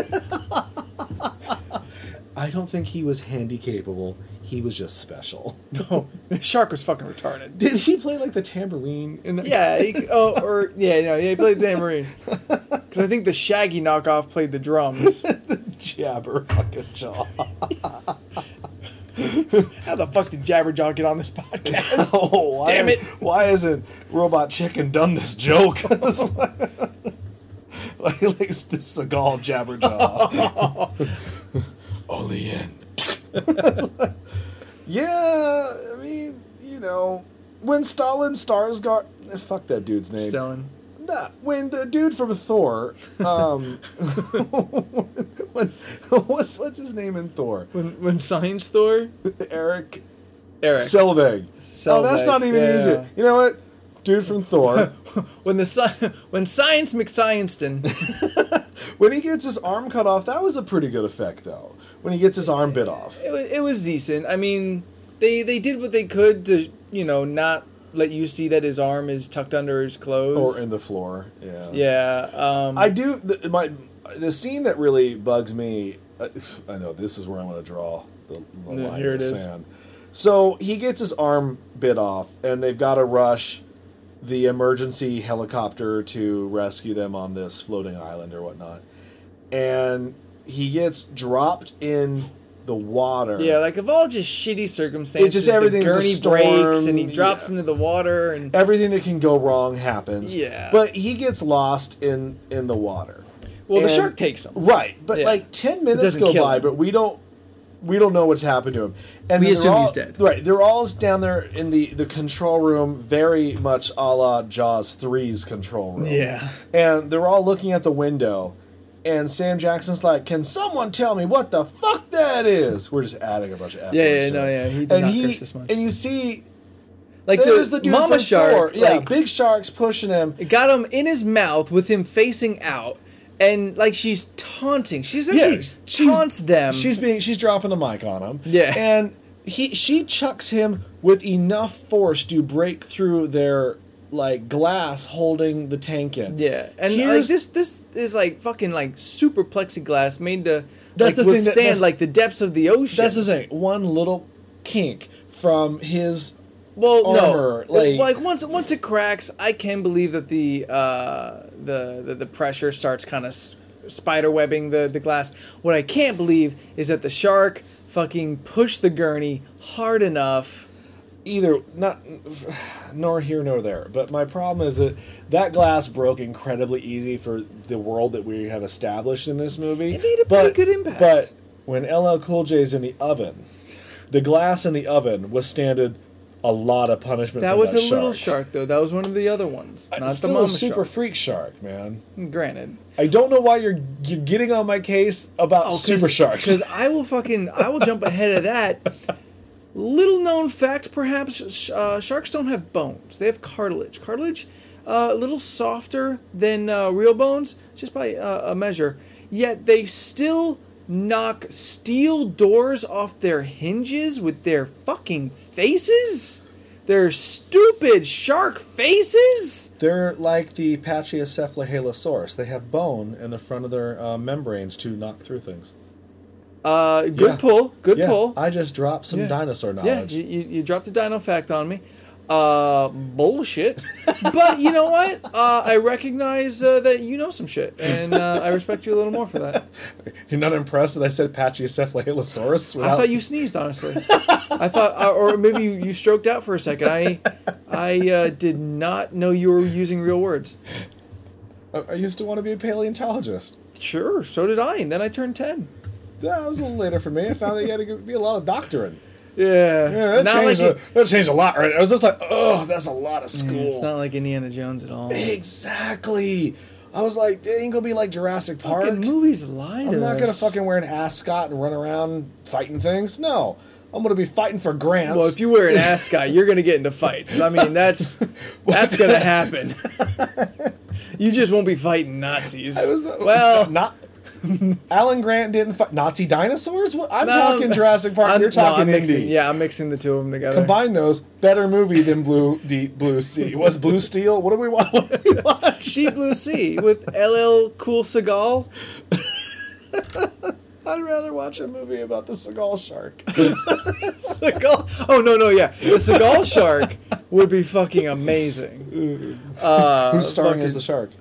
Speaker 2: I don't think he was handy capable. He was just special.
Speaker 3: No, the shark was fucking retarded.
Speaker 2: Did he play like the tambourine in that?
Speaker 3: Yeah. He, oh, or yeah, no, yeah, he played tambourine. Because I think the Shaggy knockoff played the drums.
Speaker 2: Jabber fucking jaw.
Speaker 3: How the fuck did Jabberjaw get on this podcast?
Speaker 2: Oh, why,
Speaker 3: Damn it.
Speaker 2: Why isn't Robot Chicken done this joke? like, like this Seagal Jabberjaw. Only in. yeah, I mean, you know, when Stalin Starsguard. eh, Fuck that dude's name.
Speaker 3: Stellan.
Speaker 2: Nah, when the dude from Thor, um, when, what's what's his name in Thor?
Speaker 3: When when Science Thor.
Speaker 2: Eric
Speaker 3: Eric.
Speaker 2: Selvig. Oh, that's
Speaker 3: Selvig,
Speaker 2: not even
Speaker 3: yeah.
Speaker 2: easier. You know what? Dude from Thor,
Speaker 3: when the sci- when Science McScienston.
Speaker 2: when he gets his arm cut off, that was a pretty good effect, though. When he gets his arm bit off,
Speaker 3: It was, it was decent. I mean, they they did what they could to you know not let you see that his arm is tucked under his clothes.
Speaker 2: or in the floor, yeah.
Speaker 3: yeah. Um,
Speaker 2: I do the, my the scene that really bugs me. I, I know this is where I'm going to draw the, the
Speaker 3: Yeah,
Speaker 2: line
Speaker 3: here
Speaker 2: in the
Speaker 3: it is.
Speaker 2: sand. So he gets his arm bit off, and they've got to rush the emergency helicopter to rescue them on this floating island or whatnot. And he gets dropped in the water.
Speaker 3: yeah, like of all just shitty circumstances,
Speaker 2: It just everything,
Speaker 3: The
Speaker 2: the
Speaker 3: gurney
Speaker 2: storm,
Speaker 3: breaks and he drops
Speaker 2: yeah.
Speaker 3: into the water and
Speaker 2: everything that can go wrong happens.
Speaker 3: Yeah.
Speaker 2: but he gets lost in in the water.
Speaker 3: well, the
Speaker 2: And-
Speaker 3: shark takes him.
Speaker 2: Right, but
Speaker 3: Yeah.
Speaker 2: like ten minutes
Speaker 3: doesn't
Speaker 2: go
Speaker 3: kill
Speaker 2: by,
Speaker 3: him.
Speaker 2: but we don't we don't know what's happened to him. And
Speaker 4: We
Speaker 2: they're
Speaker 4: assume
Speaker 2: all-
Speaker 4: he's dead.
Speaker 2: Right. They're all down there in the, the control room, very much a la Jaws 3's control room.
Speaker 4: Yeah.
Speaker 2: And they're all looking at the window. And Sam Jackson's like, "Can someone tell me what the fuck that is?" We're just adding a bunch of F
Speaker 4: Yeah, yeah,
Speaker 2: words to
Speaker 4: no,
Speaker 2: it.
Speaker 4: yeah, he did
Speaker 2: and
Speaker 4: not
Speaker 2: he
Speaker 4: curse this much.
Speaker 2: and you see,
Speaker 3: Like
Speaker 2: there's
Speaker 3: the,
Speaker 2: the dude
Speaker 3: mama
Speaker 2: from
Speaker 3: shark.
Speaker 2: Thor. Yeah,
Speaker 3: like,
Speaker 2: big sharks pushing him.
Speaker 3: it got him in his mouth with him facing out, and like she's taunting. She's actually
Speaker 2: she's-
Speaker 3: taunts them.
Speaker 2: She's being she's dropping the mic on him.
Speaker 3: Yeah.
Speaker 2: And he she chucks him with enough force to break through their like glass holding the tank in.
Speaker 3: yeah, and like
Speaker 2: Here's-
Speaker 3: this this is like fucking like super plexiglass made to
Speaker 2: That's the thing
Speaker 3: like,
Speaker 2: that-
Speaker 3: withstand
Speaker 2: that's-
Speaker 3: like the depths of the ocean.
Speaker 2: that's the thing. One little kink from his
Speaker 3: well,
Speaker 2: armor,
Speaker 3: no, like,
Speaker 2: like-
Speaker 3: once once it cracks, I can believe that the uh, the, the the pressure starts kind of s- spider webbing the the glass. What I can't believe is that the shark fucking pushed the gurney hard enough.
Speaker 2: either not nor here nor there. But my problem is that that glass broke incredibly easy for the world that we have established in this movie.
Speaker 3: It made a
Speaker 2: but,
Speaker 3: pretty good impact.
Speaker 2: But when LL Cool J is in the oven, the glass in the oven withstanded a lot of punishment.
Speaker 3: That
Speaker 2: from
Speaker 3: was
Speaker 2: that
Speaker 3: a little
Speaker 2: shark.
Speaker 3: shark though. That was one of the other ones,
Speaker 2: Uh, It's
Speaker 3: not
Speaker 2: still
Speaker 3: the mama
Speaker 2: a super
Speaker 3: shark.
Speaker 2: freak shark, man.
Speaker 3: Granted,
Speaker 2: I don't know why you're you're getting on my case
Speaker 3: Oh,
Speaker 2: about super sharks.
Speaker 3: Because I will fucking I will jump ahead of that. Little known fact, perhaps sh- uh, sharks don't have bones; they have cartilage. Cartilage, uh, a little softer than uh, real bones, just by uh, a measure. Yet they still knock steel doors off their hinges with their fucking faces. Their stupid shark faces.
Speaker 2: They're like the Pachycephalosaurus. They have bone in the front of their uh, membranes to knock through things.
Speaker 3: Uh, good
Speaker 2: Yeah.
Speaker 3: pull. Good
Speaker 2: yeah,
Speaker 3: pull.
Speaker 2: I just dropped some
Speaker 3: Yeah.
Speaker 2: dinosaur knowledge.
Speaker 3: Yeah, you, you, you dropped a dino fact on me. Uh, bullshit. but you know what? Uh, I recognize uh, that you know some shit, and uh, I respect you a little more for that.
Speaker 2: You're not impressed that I said Pachycephalosaurus?
Speaker 3: I thought you sneezed, honestly. I thought, uh, or maybe you, you stroked out for a second. I, I uh, did not know you were using real words.
Speaker 2: I I used to want to be a paleontologist.
Speaker 3: Sure, so did I, and then I turned ten.
Speaker 2: That was a little later for me. I found that you had to go- be a lot of doctoring.
Speaker 3: Yeah,
Speaker 2: Yeah, that,
Speaker 3: not like
Speaker 2: changed
Speaker 3: it,
Speaker 2: a, that changed a lot, right? I was just like, oh, that's a lot of school.
Speaker 3: it's not like Indiana Jones at all.
Speaker 2: exactly. I was like, it ain't going to be like Jurassic Park.
Speaker 3: Fucking movies lie to
Speaker 2: I'm not gonna
Speaker 3: us.
Speaker 2: fucking wear an ascot and run around fighting things. No, I'm gonna be fighting for grants.
Speaker 3: Well, if you wear an ascot, you're going to get into fights. I mean, that's that's going to happen. you just won't be fighting Nazis.
Speaker 2: I was not-
Speaker 3: well,
Speaker 2: not. Alan Grant didn't fight Nazi dinosaurs. What? I'm
Speaker 3: no,
Speaker 2: talking Jurassic Park.
Speaker 3: I'm-
Speaker 2: you're
Speaker 3: no,
Speaker 2: talking
Speaker 3: I'm mixing,
Speaker 2: Indy.
Speaker 3: Yeah, I'm mixing the two of them together.
Speaker 2: Combine those. Better movie than Blue D, Blue Sea. Was Blue Steel? What do we want? What do we watch?
Speaker 3: Deep Blue Sea with LL Cool Seagal.
Speaker 2: I'd rather watch a movie about the Seagal shark.
Speaker 3: Uh, Seagal. Oh no, no, yeah, the Seagal shark would be fucking amazing.
Speaker 2: Who's starring
Speaker 3: fucking-
Speaker 2: as the shark?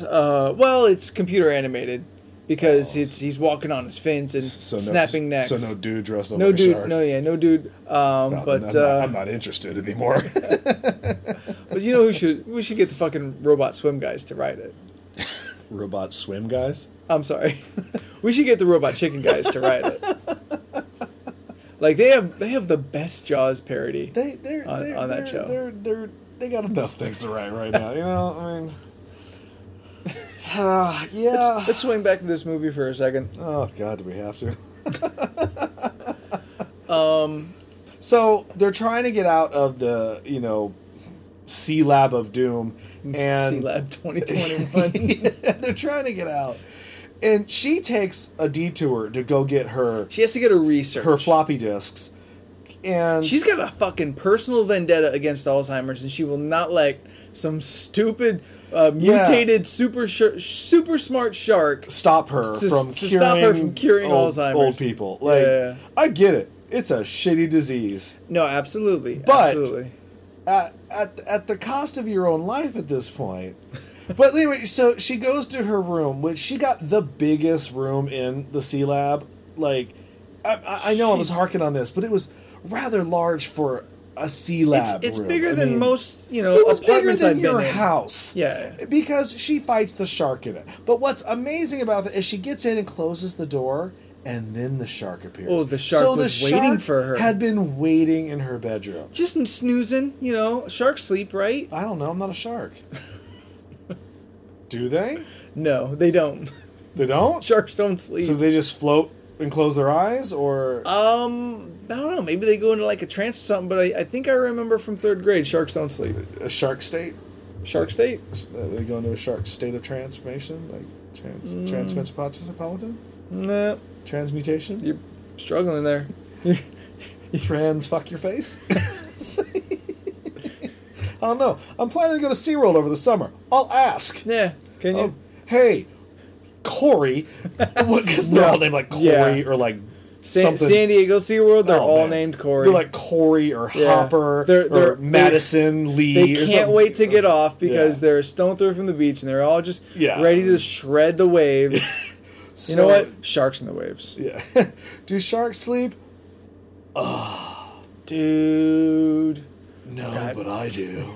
Speaker 3: Uh, well, it's computer animated because it's he's walking on his fins and snapping
Speaker 2: no,
Speaker 3: necks.
Speaker 2: So no dude dressed up
Speaker 3: No
Speaker 2: like a
Speaker 3: dude,
Speaker 2: shark.
Speaker 3: no, yeah, no dude. Um,
Speaker 2: I'm-
Speaker 3: but
Speaker 2: I'm,
Speaker 3: uh,
Speaker 2: not, I'm not interested anymore.
Speaker 3: But you know who should we should get the fucking robot swim guys to ride it.
Speaker 2: Robot swim guys.
Speaker 3: I'm sorry. we should get the robot chicken guys to ride it. Like they have they have the best Jaws parody.
Speaker 2: they they're,
Speaker 3: on-
Speaker 2: they're,
Speaker 3: on that
Speaker 2: they're,
Speaker 3: show.
Speaker 2: They're, they're they got enough things to write right now. You know, I mean, Ah, yeah.
Speaker 3: Let's, let's swing back to this movie for a second.
Speaker 2: oh God, do we have to? um.
Speaker 3: Um,
Speaker 2: So they're trying to get out of the you know, C lab of doom, and
Speaker 3: C Lab 2021.
Speaker 2: they're trying to get out, and she takes a detour to go get her
Speaker 3: she has to get her research.
Speaker 2: her floppy disks, and
Speaker 3: She's got a fucking personal vendetta against Alzheimer's, and she will not let some stupid uh,
Speaker 2: Yeah.
Speaker 3: mutated super shar super smart shark
Speaker 2: stop her
Speaker 3: To-
Speaker 2: from
Speaker 3: to
Speaker 2: curing
Speaker 3: stop her from curing
Speaker 2: old,
Speaker 3: Alzheimer's.
Speaker 2: old people. Like
Speaker 3: Yeah.
Speaker 2: I get it. It's a shitty disease.
Speaker 3: No, absolutely.
Speaker 2: But-
Speaker 3: absolutely.
Speaker 2: At, at at the cost of your own life at this point. But anyway, so she goes to her room, which she got the biggest room in the C lab. Like I- I, I know I was
Speaker 3: Jeez.
Speaker 2: harking on this, but it was rather large for a C
Speaker 3: It's,
Speaker 2: lab.
Speaker 3: it's
Speaker 2: room.
Speaker 3: bigger
Speaker 2: I
Speaker 3: than
Speaker 2: mean,
Speaker 3: most, you know,
Speaker 2: It was bigger
Speaker 3: apartments
Speaker 2: than
Speaker 3: I've
Speaker 2: your
Speaker 3: been in.
Speaker 2: house.
Speaker 3: Yeah.
Speaker 2: because she fights the shark in it. But what's amazing about that is she gets in and closes the door and then the shark appears.
Speaker 3: Oh, the shark was waiting for her.
Speaker 2: Had been waiting in her bedroom.
Speaker 3: Just snoozing, you know. Sharks sleep, right?
Speaker 2: I don't know. I'm not a shark. Do they?
Speaker 3: No, they don't.
Speaker 2: They don't.
Speaker 3: Sharks don't sleep.
Speaker 2: So they just float and close their eyes, or
Speaker 3: um, I don't know. Maybe they go into like a trance or something. But I, I think I remember from third grade, sharks don't sleep.
Speaker 2: a shark state?
Speaker 3: Shark state.
Speaker 2: Uh, They go into a shark state of transformation, like trans
Speaker 3: Mm.
Speaker 2: transmetropolitan,
Speaker 3: Nah,
Speaker 2: transmutation,
Speaker 3: you're struggling there.
Speaker 2: trans fuck your face. I don't know. I'm planning to go to SeaWorld over the summer. I'll ask.
Speaker 3: Yeah, can you?
Speaker 2: Oh, hey, Corey. Because they're all named like Corey
Speaker 3: Yeah.
Speaker 2: or like
Speaker 3: San,
Speaker 2: something.
Speaker 3: San Diego SeaWorld, they're
Speaker 2: Oh,
Speaker 3: all
Speaker 2: man.
Speaker 3: named Corey.
Speaker 2: They're like Corey or
Speaker 3: Yeah.
Speaker 2: Hopper
Speaker 3: They're- they're-
Speaker 2: or Madison Lee.
Speaker 3: they
Speaker 2: or
Speaker 3: can't
Speaker 2: something.
Speaker 3: wait to get off because
Speaker 2: Yeah.
Speaker 3: they're a stone throw from the beach and they're all just
Speaker 2: Yeah.
Speaker 3: ready to shred the waves. you know
Speaker 2: So-
Speaker 3: what? Sharks in the waves.
Speaker 2: Yeah. Do sharks sleep?
Speaker 3: Dude.
Speaker 2: No, but I do.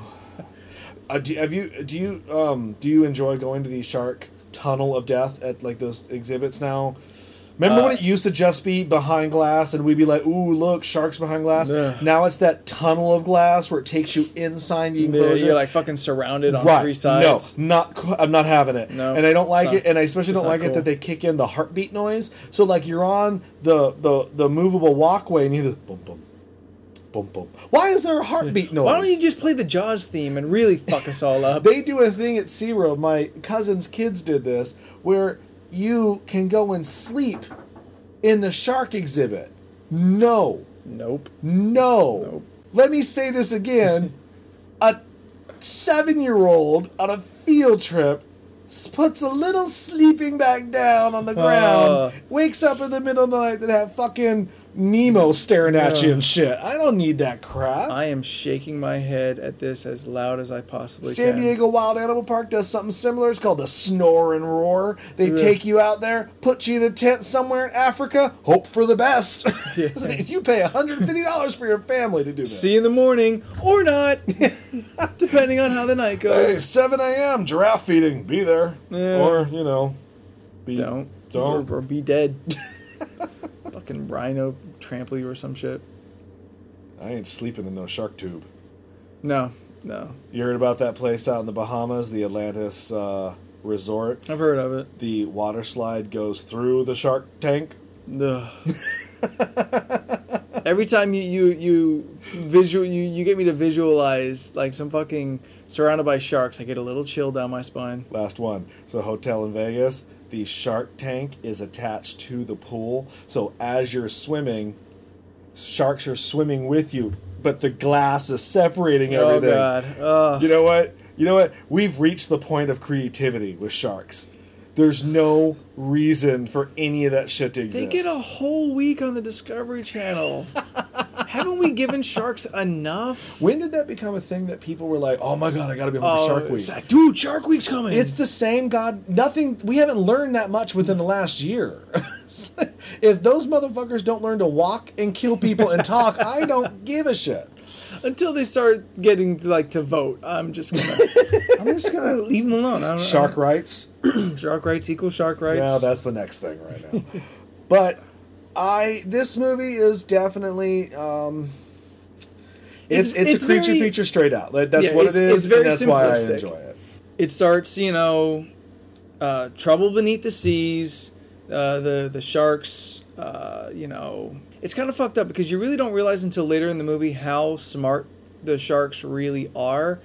Speaker 2: Uh, do have you do you um do you enjoy going to the shark tunnel of death at like those exhibits now? Remember when
Speaker 3: Uh,
Speaker 2: it used to just be behind glass and we'd be like, "Ooh, look, sharks behind glass."
Speaker 3: Ugh.
Speaker 2: Now it's that tunnel of glass where it takes you inside the
Speaker 3: Yeah,
Speaker 2: enclosure.
Speaker 3: you're like fucking surrounded on
Speaker 2: right.
Speaker 3: three sides.
Speaker 2: No, not c- I'm not having it.
Speaker 3: No,
Speaker 2: and I don't like
Speaker 3: it's not-
Speaker 2: it, and I especially
Speaker 3: it's
Speaker 2: don't
Speaker 3: not
Speaker 2: like
Speaker 3: cool.
Speaker 2: it that they kick in the heartbeat noise. So like you're on the the the movable walkway and you hear the boom boom, boom boom. Why is there a heartbeat noise?
Speaker 3: Why don't you just play the Jaws theme and really fuck us all up?
Speaker 2: They do a thing at SeaWorld. My cousin's kids did this where you can go and sleep in the shark exhibit. No.
Speaker 3: nope.
Speaker 2: No.
Speaker 3: Nope.
Speaker 2: Let me say this again. a seven year old on a field trip s- puts a little sleeping bag down on the ground,
Speaker 3: Uh.
Speaker 2: wakes up in the middle of the night and have fucking Nemo staring at you
Speaker 3: Ugh.
Speaker 2: and shit. I don't need that crap.
Speaker 3: I am shaking my head at this as loud as I possibly
Speaker 2: San
Speaker 3: can.
Speaker 2: Diego Wild Animal Park does something similar. It's called the Snore and Roar. They
Speaker 3: Yeah.
Speaker 2: take you out there, put you in a tent somewhere in Africa, hope for the best.
Speaker 3: Yeah.
Speaker 2: you pay $150 for your family to do that.
Speaker 3: See you in the morning or not, depending on how the night
Speaker 2: hey,
Speaker 3: goes.
Speaker 2: 7 a.m., giraffe feeding, be there.
Speaker 3: Yeah.
Speaker 2: Or, you know, be,
Speaker 3: Don't.
Speaker 2: Don't.
Speaker 3: Or, or be dead. Fucking rhino trample you or some shit.
Speaker 2: I ain't sleeping in no shark tube.
Speaker 3: No, no.
Speaker 2: You heard about that place out in the Bahamas, the Atlantis uh, Resort?
Speaker 3: I've heard of it.
Speaker 2: The water slide goes through the shark tank.
Speaker 3: Ugh. Every time you you you visual you, you get me to visualize like some fucking surrounded by sharks, I get a little chill down my spine.
Speaker 2: last one. So hotel in Vegas, the shark tank is attached to the pool. So as you're swimming, sharks are swimming with you, but the glass is separating
Speaker 3: Oh
Speaker 2: everything.
Speaker 3: god. Ugh.
Speaker 2: You know what? You know what? We've reached the point of creativity with sharks. There's no reason for any of that shit to exist.
Speaker 3: They get a whole week on the Discovery Channel. Haven't we given sharks enough?
Speaker 2: when did that become a thing that people were like, "Oh my god, I got to be home
Speaker 3: Oh,
Speaker 2: for Shark Week"?
Speaker 3: it's like, dude, Shark Week's coming.
Speaker 2: It's the same god. Nothing. We haven't learned that much within the last year. if those motherfuckers don't learn to walk and kill people and talk, I don't give a shit.
Speaker 3: until they start getting like to vote. I'm just gonna, I'm just gonna leave them alone. I don't,
Speaker 2: Shark rights.
Speaker 3: I don't- shark rights equal shark rights.
Speaker 2: Yeah, that's the next thing right now. but I this movie is definitely. Um, it's,
Speaker 3: It's-
Speaker 2: it's,
Speaker 3: it's
Speaker 2: a creature
Speaker 3: very-
Speaker 2: feature straight out. Like, That's
Speaker 3: Yeah,
Speaker 2: what
Speaker 3: it's-
Speaker 2: it is.
Speaker 3: it's very
Speaker 2: and that's why I
Speaker 3: simplistic.
Speaker 2: enjoy it.
Speaker 3: it starts, you know, uh, trouble beneath the seas, uh, the the sharks, uh, you know, it's kind of fucked up because you really don't realize until later in the movie how smart the sharks really are,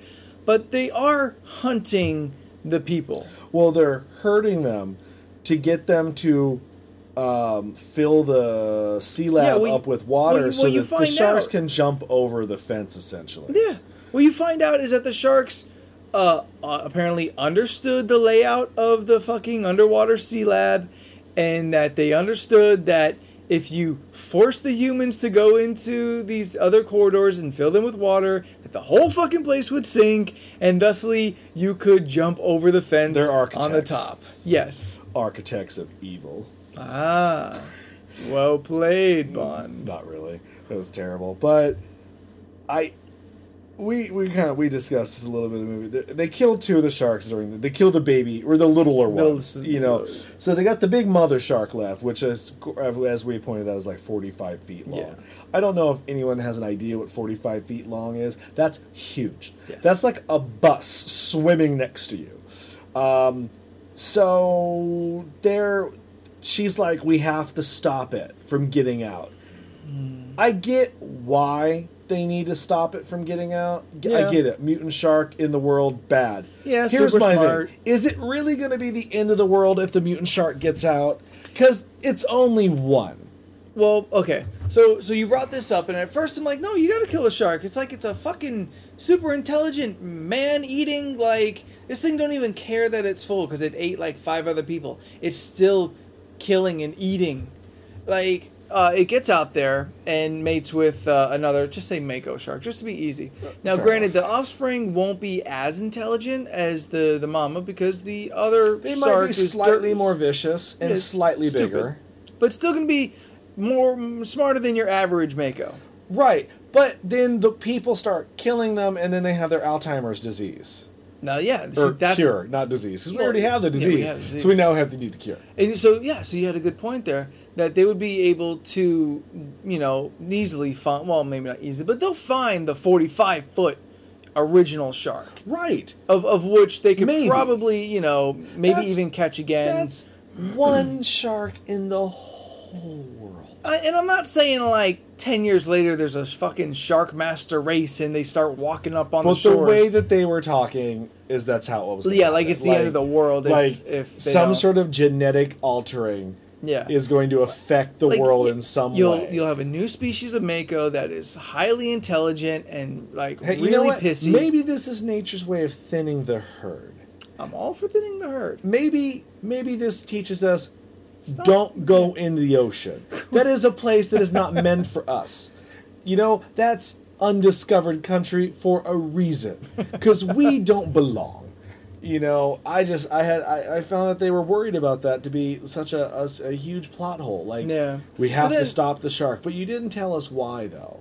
Speaker 3: but they are hunting the people.
Speaker 2: Well, they're hurting them to get them to um, fill the sea lab
Speaker 3: well, you-
Speaker 2: up with water
Speaker 3: well, you-
Speaker 2: so
Speaker 3: well, you
Speaker 2: that the
Speaker 3: find
Speaker 2: sharks
Speaker 3: out.
Speaker 2: can jump over the fence, essentially.
Speaker 3: Yeah. What you find out is that the sharks uh, uh, apparently understood the layout of the fucking underwater sea lab and that they understood that if you force the humans to go into these other corridors and fill them with water, that the whole fucking place would sink and thusly you could jump over the fence
Speaker 2: They're
Speaker 3: on the
Speaker 2: architects.
Speaker 3: top. Yes.
Speaker 2: Architects of evil.
Speaker 3: Ah. Well played, Bond.
Speaker 2: Not really. That was terrible. But I. we we kind of we discussed this a little bit in the movie. They, they killed two of the sharks during the. They killed the baby or the littler ones,
Speaker 3: s-
Speaker 2: you know. So they got the big mother shark left, which is as we pointed out is like forty five feet long.
Speaker 3: Yeah.
Speaker 2: I don't know if anyone has an idea what forty five feet long is. That's huge.
Speaker 3: Yes.
Speaker 2: That's like a bus swimming next to you. Um, so there, she's like, we have to stop it from getting out.
Speaker 3: Hmm.
Speaker 2: I get why they need to stop it from getting out. G-
Speaker 3: Yeah.
Speaker 2: I get it. Mutant shark in the world, bad.
Speaker 3: Yeah, super smart.
Speaker 2: Is it really going to be the end of the world if the mutant shark gets out? Because it's only one.
Speaker 3: Well, okay. So so you brought this up, and at first I'm like, no, you gotta kill a shark. It's like it's a fucking super intelligent man eating like this thing. Don't even care that it's full because it ate like five other people. It's still killing and eating. Like uh, it gets out there and mates with uh, another. Just say mako shark, just to be easy. Now,
Speaker 2: Uh, fair
Speaker 3: granted, the offspring won't be as intelligent as the the mama because the other
Speaker 2: They
Speaker 3: shark
Speaker 2: might be
Speaker 3: is
Speaker 2: slightly
Speaker 3: dirt-
Speaker 2: more vicious and
Speaker 3: is
Speaker 2: slightly
Speaker 3: stupid,
Speaker 2: bigger.
Speaker 3: but still gonna be more mm, smarter than your average Mako.
Speaker 2: Right. But then the people start killing them and then they have their Alzheimer's disease.
Speaker 3: Now, yeah, so
Speaker 2: Or
Speaker 3: that's
Speaker 2: cure, not disease. 'cause we
Speaker 3: Well,
Speaker 2: already have the
Speaker 3: yeah, we
Speaker 2: disease,
Speaker 3: have the
Speaker 2: So we
Speaker 3: disease.
Speaker 2: now have to need the cure.
Speaker 3: and so yeah, so you had a good point there that they would be able to, you know, easily find. Well, maybe not easily, but they'll find the forty-five foot original shark
Speaker 2: Right.
Speaker 3: of of which they could
Speaker 2: Maybe.
Speaker 3: probably, you know, maybe
Speaker 2: That's-
Speaker 3: even catch again.
Speaker 2: That's one shark in the whole world.
Speaker 3: I, and I'm not saying like ten years later there's a fucking shark master race and they start walking up on the
Speaker 2: But the,
Speaker 3: shores.
Speaker 2: way that they were talking is that's how it was. gonna
Speaker 3: Yeah, like
Speaker 2: happen.
Speaker 3: it's the end of the world if-
Speaker 2: like
Speaker 3: if they
Speaker 2: some
Speaker 3: don't-
Speaker 2: sort of genetic altering
Speaker 3: Yeah.
Speaker 2: is going to affect the
Speaker 3: Like,
Speaker 2: world
Speaker 3: y-
Speaker 2: in some
Speaker 3: you'll,
Speaker 2: way.
Speaker 3: You'll have a new species of mako that is highly intelligent and like
Speaker 2: Hey, you
Speaker 3: really
Speaker 2: know what?
Speaker 3: pissy.
Speaker 2: Maybe this is nature's way of thinning the herd.
Speaker 3: I'm all for thinning the herd.
Speaker 2: Maybe maybe this teaches us
Speaker 3: Stop.
Speaker 2: don't go in the ocean. That is a place that is not meant for us. You know, that's undiscovered country for a reason because we don't belong. You know, I just I had I, I found that they were worried about that to be such a a, a huge plot hole. Like,
Speaker 3: Yeah.
Speaker 2: we have
Speaker 3: But then-
Speaker 2: to stop the shark, but you didn't tell us why though.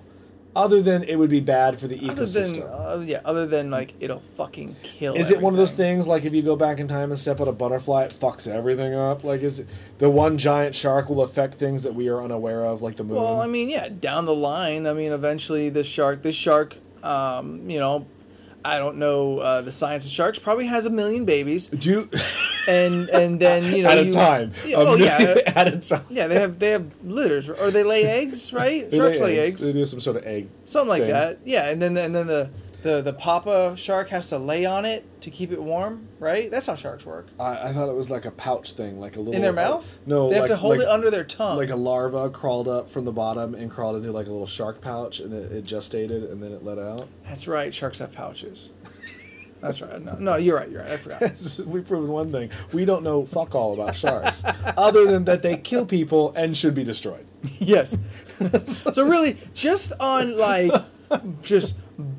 Speaker 2: Other than it would be bad for the
Speaker 3: Other
Speaker 2: ecosystem.
Speaker 3: than uh, yeah, other than like it'll fucking kill.
Speaker 2: Is it one of those
Speaker 3: everything.
Speaker 2: things like if you go back in time and step on a butterfly, it fucks everything up? Like, is it, the one giant shark will affect things that we are unaware of, like the moon?
Speaker 3: Well, I mean, yeah, down the line, I mean, eventually this shark, this shark, um, you know, I don't know uh, the science of sharks. Probably has a million babies,
Speaker 2: do you,
Speaker 3: and and then you know
Speaker 2: at a
Speaker 3: you-
Speaker 2: time?
Speaker 3: Yeah,
Speaker 2: A
Speaker 3: oh yeah,
Speaker 2: million at a time.
Speaker 3: yeah. They have they have litters, or they lay eggs, right?
Speaker 2: They
Speaker 3: Sharks lay eggs.
Speaker 2: They do some sort of egg.
Speaker 3: something like
Speaker 2: thing.
Speaker 3: that. Yeah, and then and then the, the the papa shark has to lay on it to keep it warm, right? That's how sharks work.
Speaker 2: I, I thought it was like a pouch thing, like a little
Speaker 3: In their mouth?
Speaker 2: uh, no,
Speaker 3: they have
Speaker 2: like-
Speaker 3: to hold
Speaker 2: like-
Speaker 3: it under their tongue.
Speaker 2: Like a larva crawled up from the bottom and crawled into like a little shark pouch, and it, it gestated, and then it let out.
Speaker 3: That's right. Sharks have pouches. That's right. No, no, you're right. You're right. I forgot.
Speaker 2: We've proven one thing: we don't know fuck all about sharks, other than that they kill people and should be destroyed.
Speaker 3: yes. so really, just on like just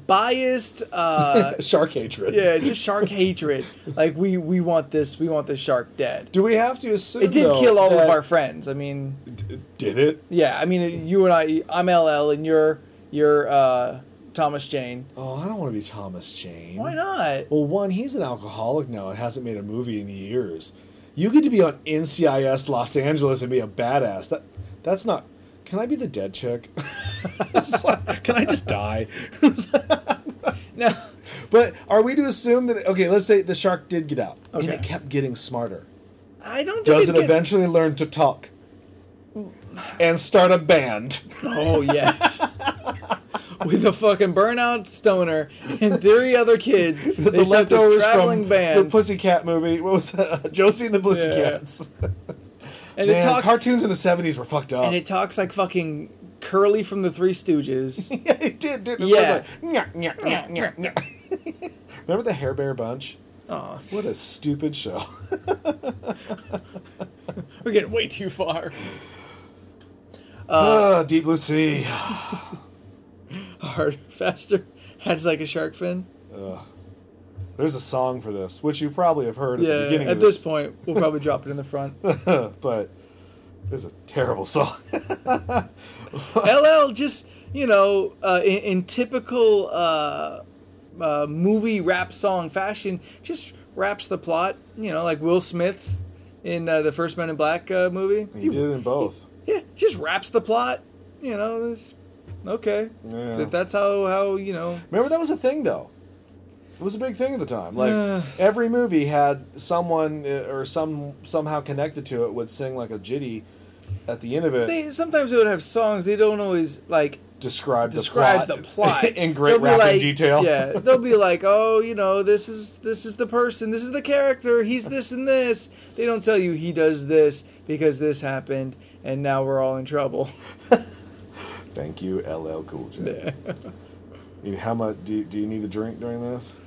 Speaker 3: biased uh
Speaker 2: Shark hatred.
Speaker 3: yeah just shark hatred like we we want this we want this shark dead
Speaker 2: Do we have to assume
Speaker 3: it did
Speaker 2: though,
Speaker 3: kill all
Speaker 2: that-
Speaker 3: of our friends i mean
Speaker 2: D- Did it?
Speaker 3: Yeah, I mean, you and I, I'm LL, and you're you're uh, Thomas Jane.
Speaker 2: Oh, I don't want to be Thomas Jane.
Speaker 3: Why not?
Speaker 2: Well, one, he's an alcoholic now and hasn't made a movie in years. You get to be on NCIS Los Angeles and be a badass. That that's not. Can I be the dead chick? It's like, can I just die?
Speaker 3: No,
Speaker 2: but are we to assume that? Okay, let's say the shark did get out and
Speaker 3: Okay.
Speaker 2: it kept getting smarter.
Speaker 3: I don't. Think
Speaker 2: Does it
Speaker 3: get-
Speaker 2: eventually learn to talk and start a band?
Speaker 3: Oh yes. With a fucking burnout stoner and three other kids, they start this traveling
Speaker 2: the
Speaker 3: band,
Speaker 2: Pussycat movie. What was that? Josie and the Pussycats.
Speaker 3: and
Speaker 2: Man,
Speaker 3: it talks
Speaker 2: cartoons in the seventies were fucked up.
Speaker 3: and it talks like fucking Curly from the Three Stooges.
Speaker 2: yeah, it did, did. It
Speaker 3: Yeah.
Speaker 2: was like, "Nyah, nyah, nyah, nyah, nyah." Remember the Hair Bear Bunch?
Speaker 3: oh,
Speaker 2: What a stupid show.
Speaker 3: we're getting way too far. Uh,
Speaker 2: Ah, Deep Blue Sea.
Speaker 3: Harder, faster. Has like a shark fin.
Speaker 2: There's a song for this, which you probably have heard at the
Speaker 3: Yeah.
Speaker 2: beginning
Speaker 3: At
Speaker 2: of
Speaker 3: this point, we'll probably drop it in the front.
Speaker 2: but it's a terrible song.
Speaker 3: LL just you know uh, in, in typical uh, uh, movie rap song fashion just wraps the plot. You know, like Will Smith in uh, the first Men in Black uh, movie.
Speaker 2: He did it in both.
Speaker 3: Yeah, just wraps the plot. You know, it's, okay.
Speaker 2: Yeah.
Speaker 3: That, that's how how you know.
Speaker 2: Remember that was a thing though. It was a big thing at the time. Like
Speaker 3: Yeah.
Speaker 2: every movie had someone uh, or some somehow connected to it would sing like a jitty at the end of it.
Speaker 3: They sometimes they would have songs. They don't always like
Speaker 2: describe the plot
Speaker 3: describe the plot
Speaker 2: in great
Speaker 3: They'll be
Speaker 2: rapid
Speaker 3: like-
Speaker 2: detail.
Speaker 3: Yeah, they'll be like, "Oh, you know, this is this is the person, this is the character, he's this and this." They don't tell you he does this because this happened, and now we're all in trouble.
Speaker 2: Thank you, LL Cool J. I mean, how much do you, do you need to drink during this?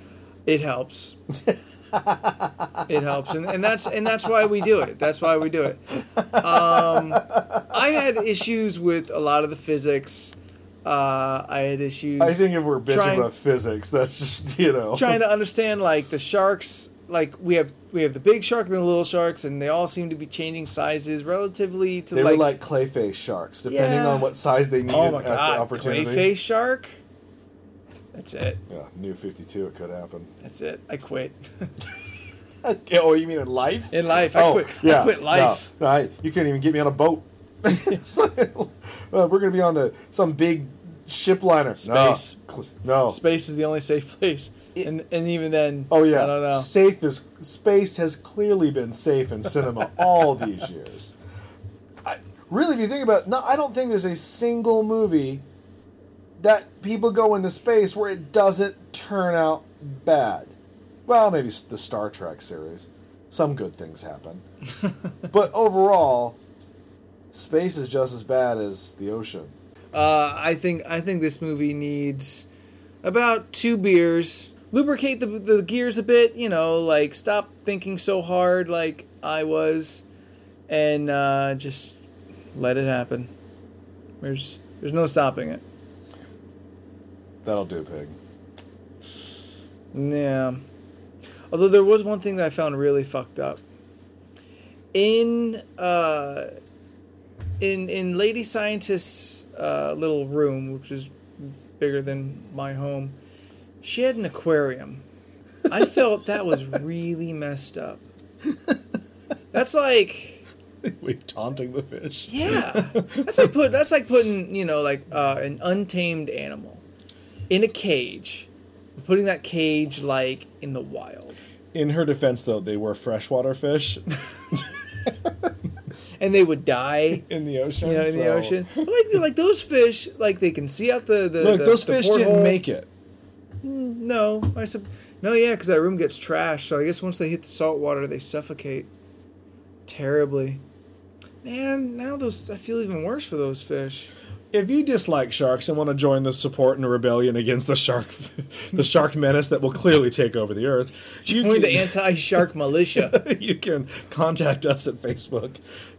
Speaker 3: It helps. it helps, and, and that's and that's why we do it. That's why we do it. Um, I had issues with a lot of the physics. Uh, I had issues.
Speaker 2: I think if we're bitching
Speaker 3: Trying-
Speaker 2: about physics, that's just you know.
Speaker 3: trying to understand like the sharks like we have we have the big shark and the little sharks and they all seem to be changing sizes relatively to
Speaker 2: they
Speaker 3: like
Speaker 2: were like clayface sharks, depending
Speaker 3: Yeah.
Speaker 2: on what size they needed
Speaker 3: oh my
Speaker 2: at the
Speaker 3: god
Speaker 2: opportunity.
Speaker 3: clayface shark that's it
Speaker 2: Yeah, new fifty two. It could happen.
Speaker 3: that's it i quit
Speaker 2: oh, you mean in life? Oh,
Speaker 3: in life i quit i quit life
Speaker 2: No, no, I- you couldn't even get me on a boat. It's like, well, we're gonna be on the some big ship liner.
Speaker 3: Space.
Speaker 2: No, Cl- no.
Speaker 3: space is the only safe place and and even then
Speaker 2: Oh yeah,
Speaker 3: i don't know
Speaker 2: safe is space has clearly been safe in cinema all these years. I, really, if you think about, it, no, I don't think there's a single movie that people go into space where it doesn't turn out bad. Well, maybe s- the Star Trek series, some good things happen, but overall, space is just as bad as the ocean.
Speaker 3: Uh, I think I think this movie needs about two beers. Lubricate the the gears a bit, you know, like stop thinking so hard like I was, and uh, just let it happen. There's there's no stopping it.
Speaker 2: That'll do, pig.
Speaker 3: Yeah. Although there was one thing that I found really fucked up. In uh, in in Lady Scientist's uh, little room, which is bigger than my home, she had an aquarium. I felt that was really messed up. That's like
Speaker 2: we taunting the fish.
Speaker 3: yeah. That's like put that's like putting, you know, like uh, an untamed animal in a cage. Putting that cage like in the wild.
Speaker 2: In her defense, though, they were freshwater fish.
Speaker 3: And they would die
Speaker 2: in the ocean.
Speaker 3: you know, in the
Speaker 2: so-
Speaker 3: ocean. But like like those fish, like they can see out the, the
Speaker 2: Look,
Speaker 3: the-
Speaker 2: those
Speaker 3: the
Speaker 2: fish didn't
Speaker 3: porthole.
Speaker 2: make it.
Speaker 3: No, I sub no, yeah, because that room gets trashed. So I guess once they hit the salt water, they suffocate terribly. Man, now those I feel even worse for those fish.
Speaker 2: If you dislike sharks and want to join the support and rebellion against the shark, the shark menace that will clearly take over the earth, you
Speaker 3: Only
Speaker 2: can,
Speaker 3: the anti-shark militia.
Speaker 2: you can contact us at Facebook,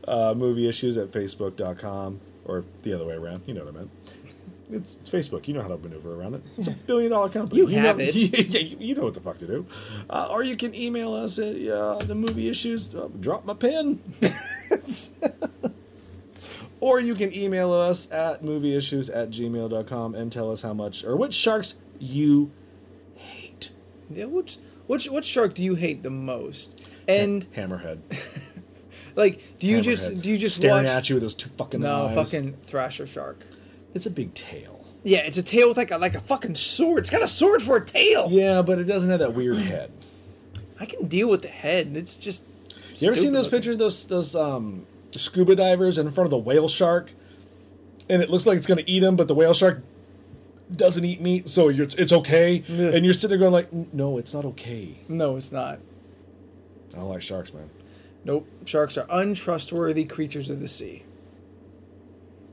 Speaker 2: uh, movieissues at facebook.com, or the other way around. You know what I meant. It's, it's Facebook. You know how to maneuver around it. It's a billion dollar company.
Speaker 3: You have
Speaker 2: know,
Speaker 3: it.
Speaker 2: Yeah, you, you know what the fuck to do. Uh, or you can email us at uh, the movie issues. Uh, drop my pen. or you can email us at movieissues at gmail.com and tell us how much or what sharks you hate.
Speaker 3: Yeah, which which what shark do you hate the most? And
Speaker 2: Hammerhead.
Speaker 3: like, do you just
Speaker 2: Hammerhead.
Speaker 3: do you just
Speaker 2: staring
Speaker 3: watch?
Speaker 2: at you with those two fucking
Speaker 3: no,
Speaker 2: eyes?
Speaker 3: fucking thrasher shark.
Speaker 2: It's a big tail.
Speaker 3: Yeah, it's a tail with like a like a fucking sword. It's got a sword for a tail.
Speaker 2: Yeah, but it doesn't have that weird head.
Speaker 3: I can deal with the head. and It's just.
Speaker 2: You ever seen
Speaker 3: stupid
Speaker 2: those
Speaker 3: looking.
Speaker 2: pictures of those those um, scuba divers in front of the whale shark, and it looks like it's going to eat them, but the whale shark doesn't eat meat, so you're, it's okay.
Speaker 3: Yeah.
Speaker 2: And you're sitting there going like, "No, it's not okay."
Speaker 3: No, it's not.
Speaker 2: I don't like sharks, man.
Speaker 3: Nope. Sharks are untrustworthy creatures of the sea.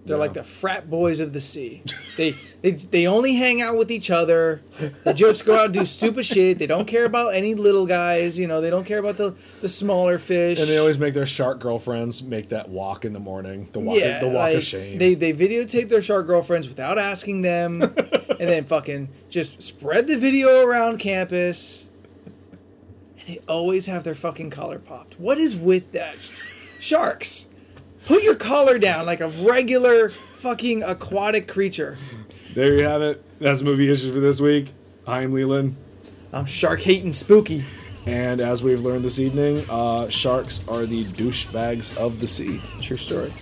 Speaker 3: They're
Speaker 2: Yeah.
Speaker 3: like the frat boys of the sea. they, they they only hang out with each other. They just go out and do stupid shit. They don't care about any little guys. You know, they don't care about the, the smaller fish.
Speaker 2: And they always make their shark girlfriends make that walk in the morning, the walk, the walk
Speaker 3: like,
Speaker 2: of shame.
Speaker 3: They they videotape their shark girlfriends without asking them, and then fucking just spread the video around campus. And they always have their fucking collar popped. What is with that? Sharks, put your collar down like a regular fucking aquatic creature.
Speaker 2: there you have it. That's movie issues for this week. I'm Leland,
Speaker 3: I'm shark hating spooky.
Speaker 2: and as we've learned this evening, uh, sharks are the douchebags of the sea.
Speaker 3: True story.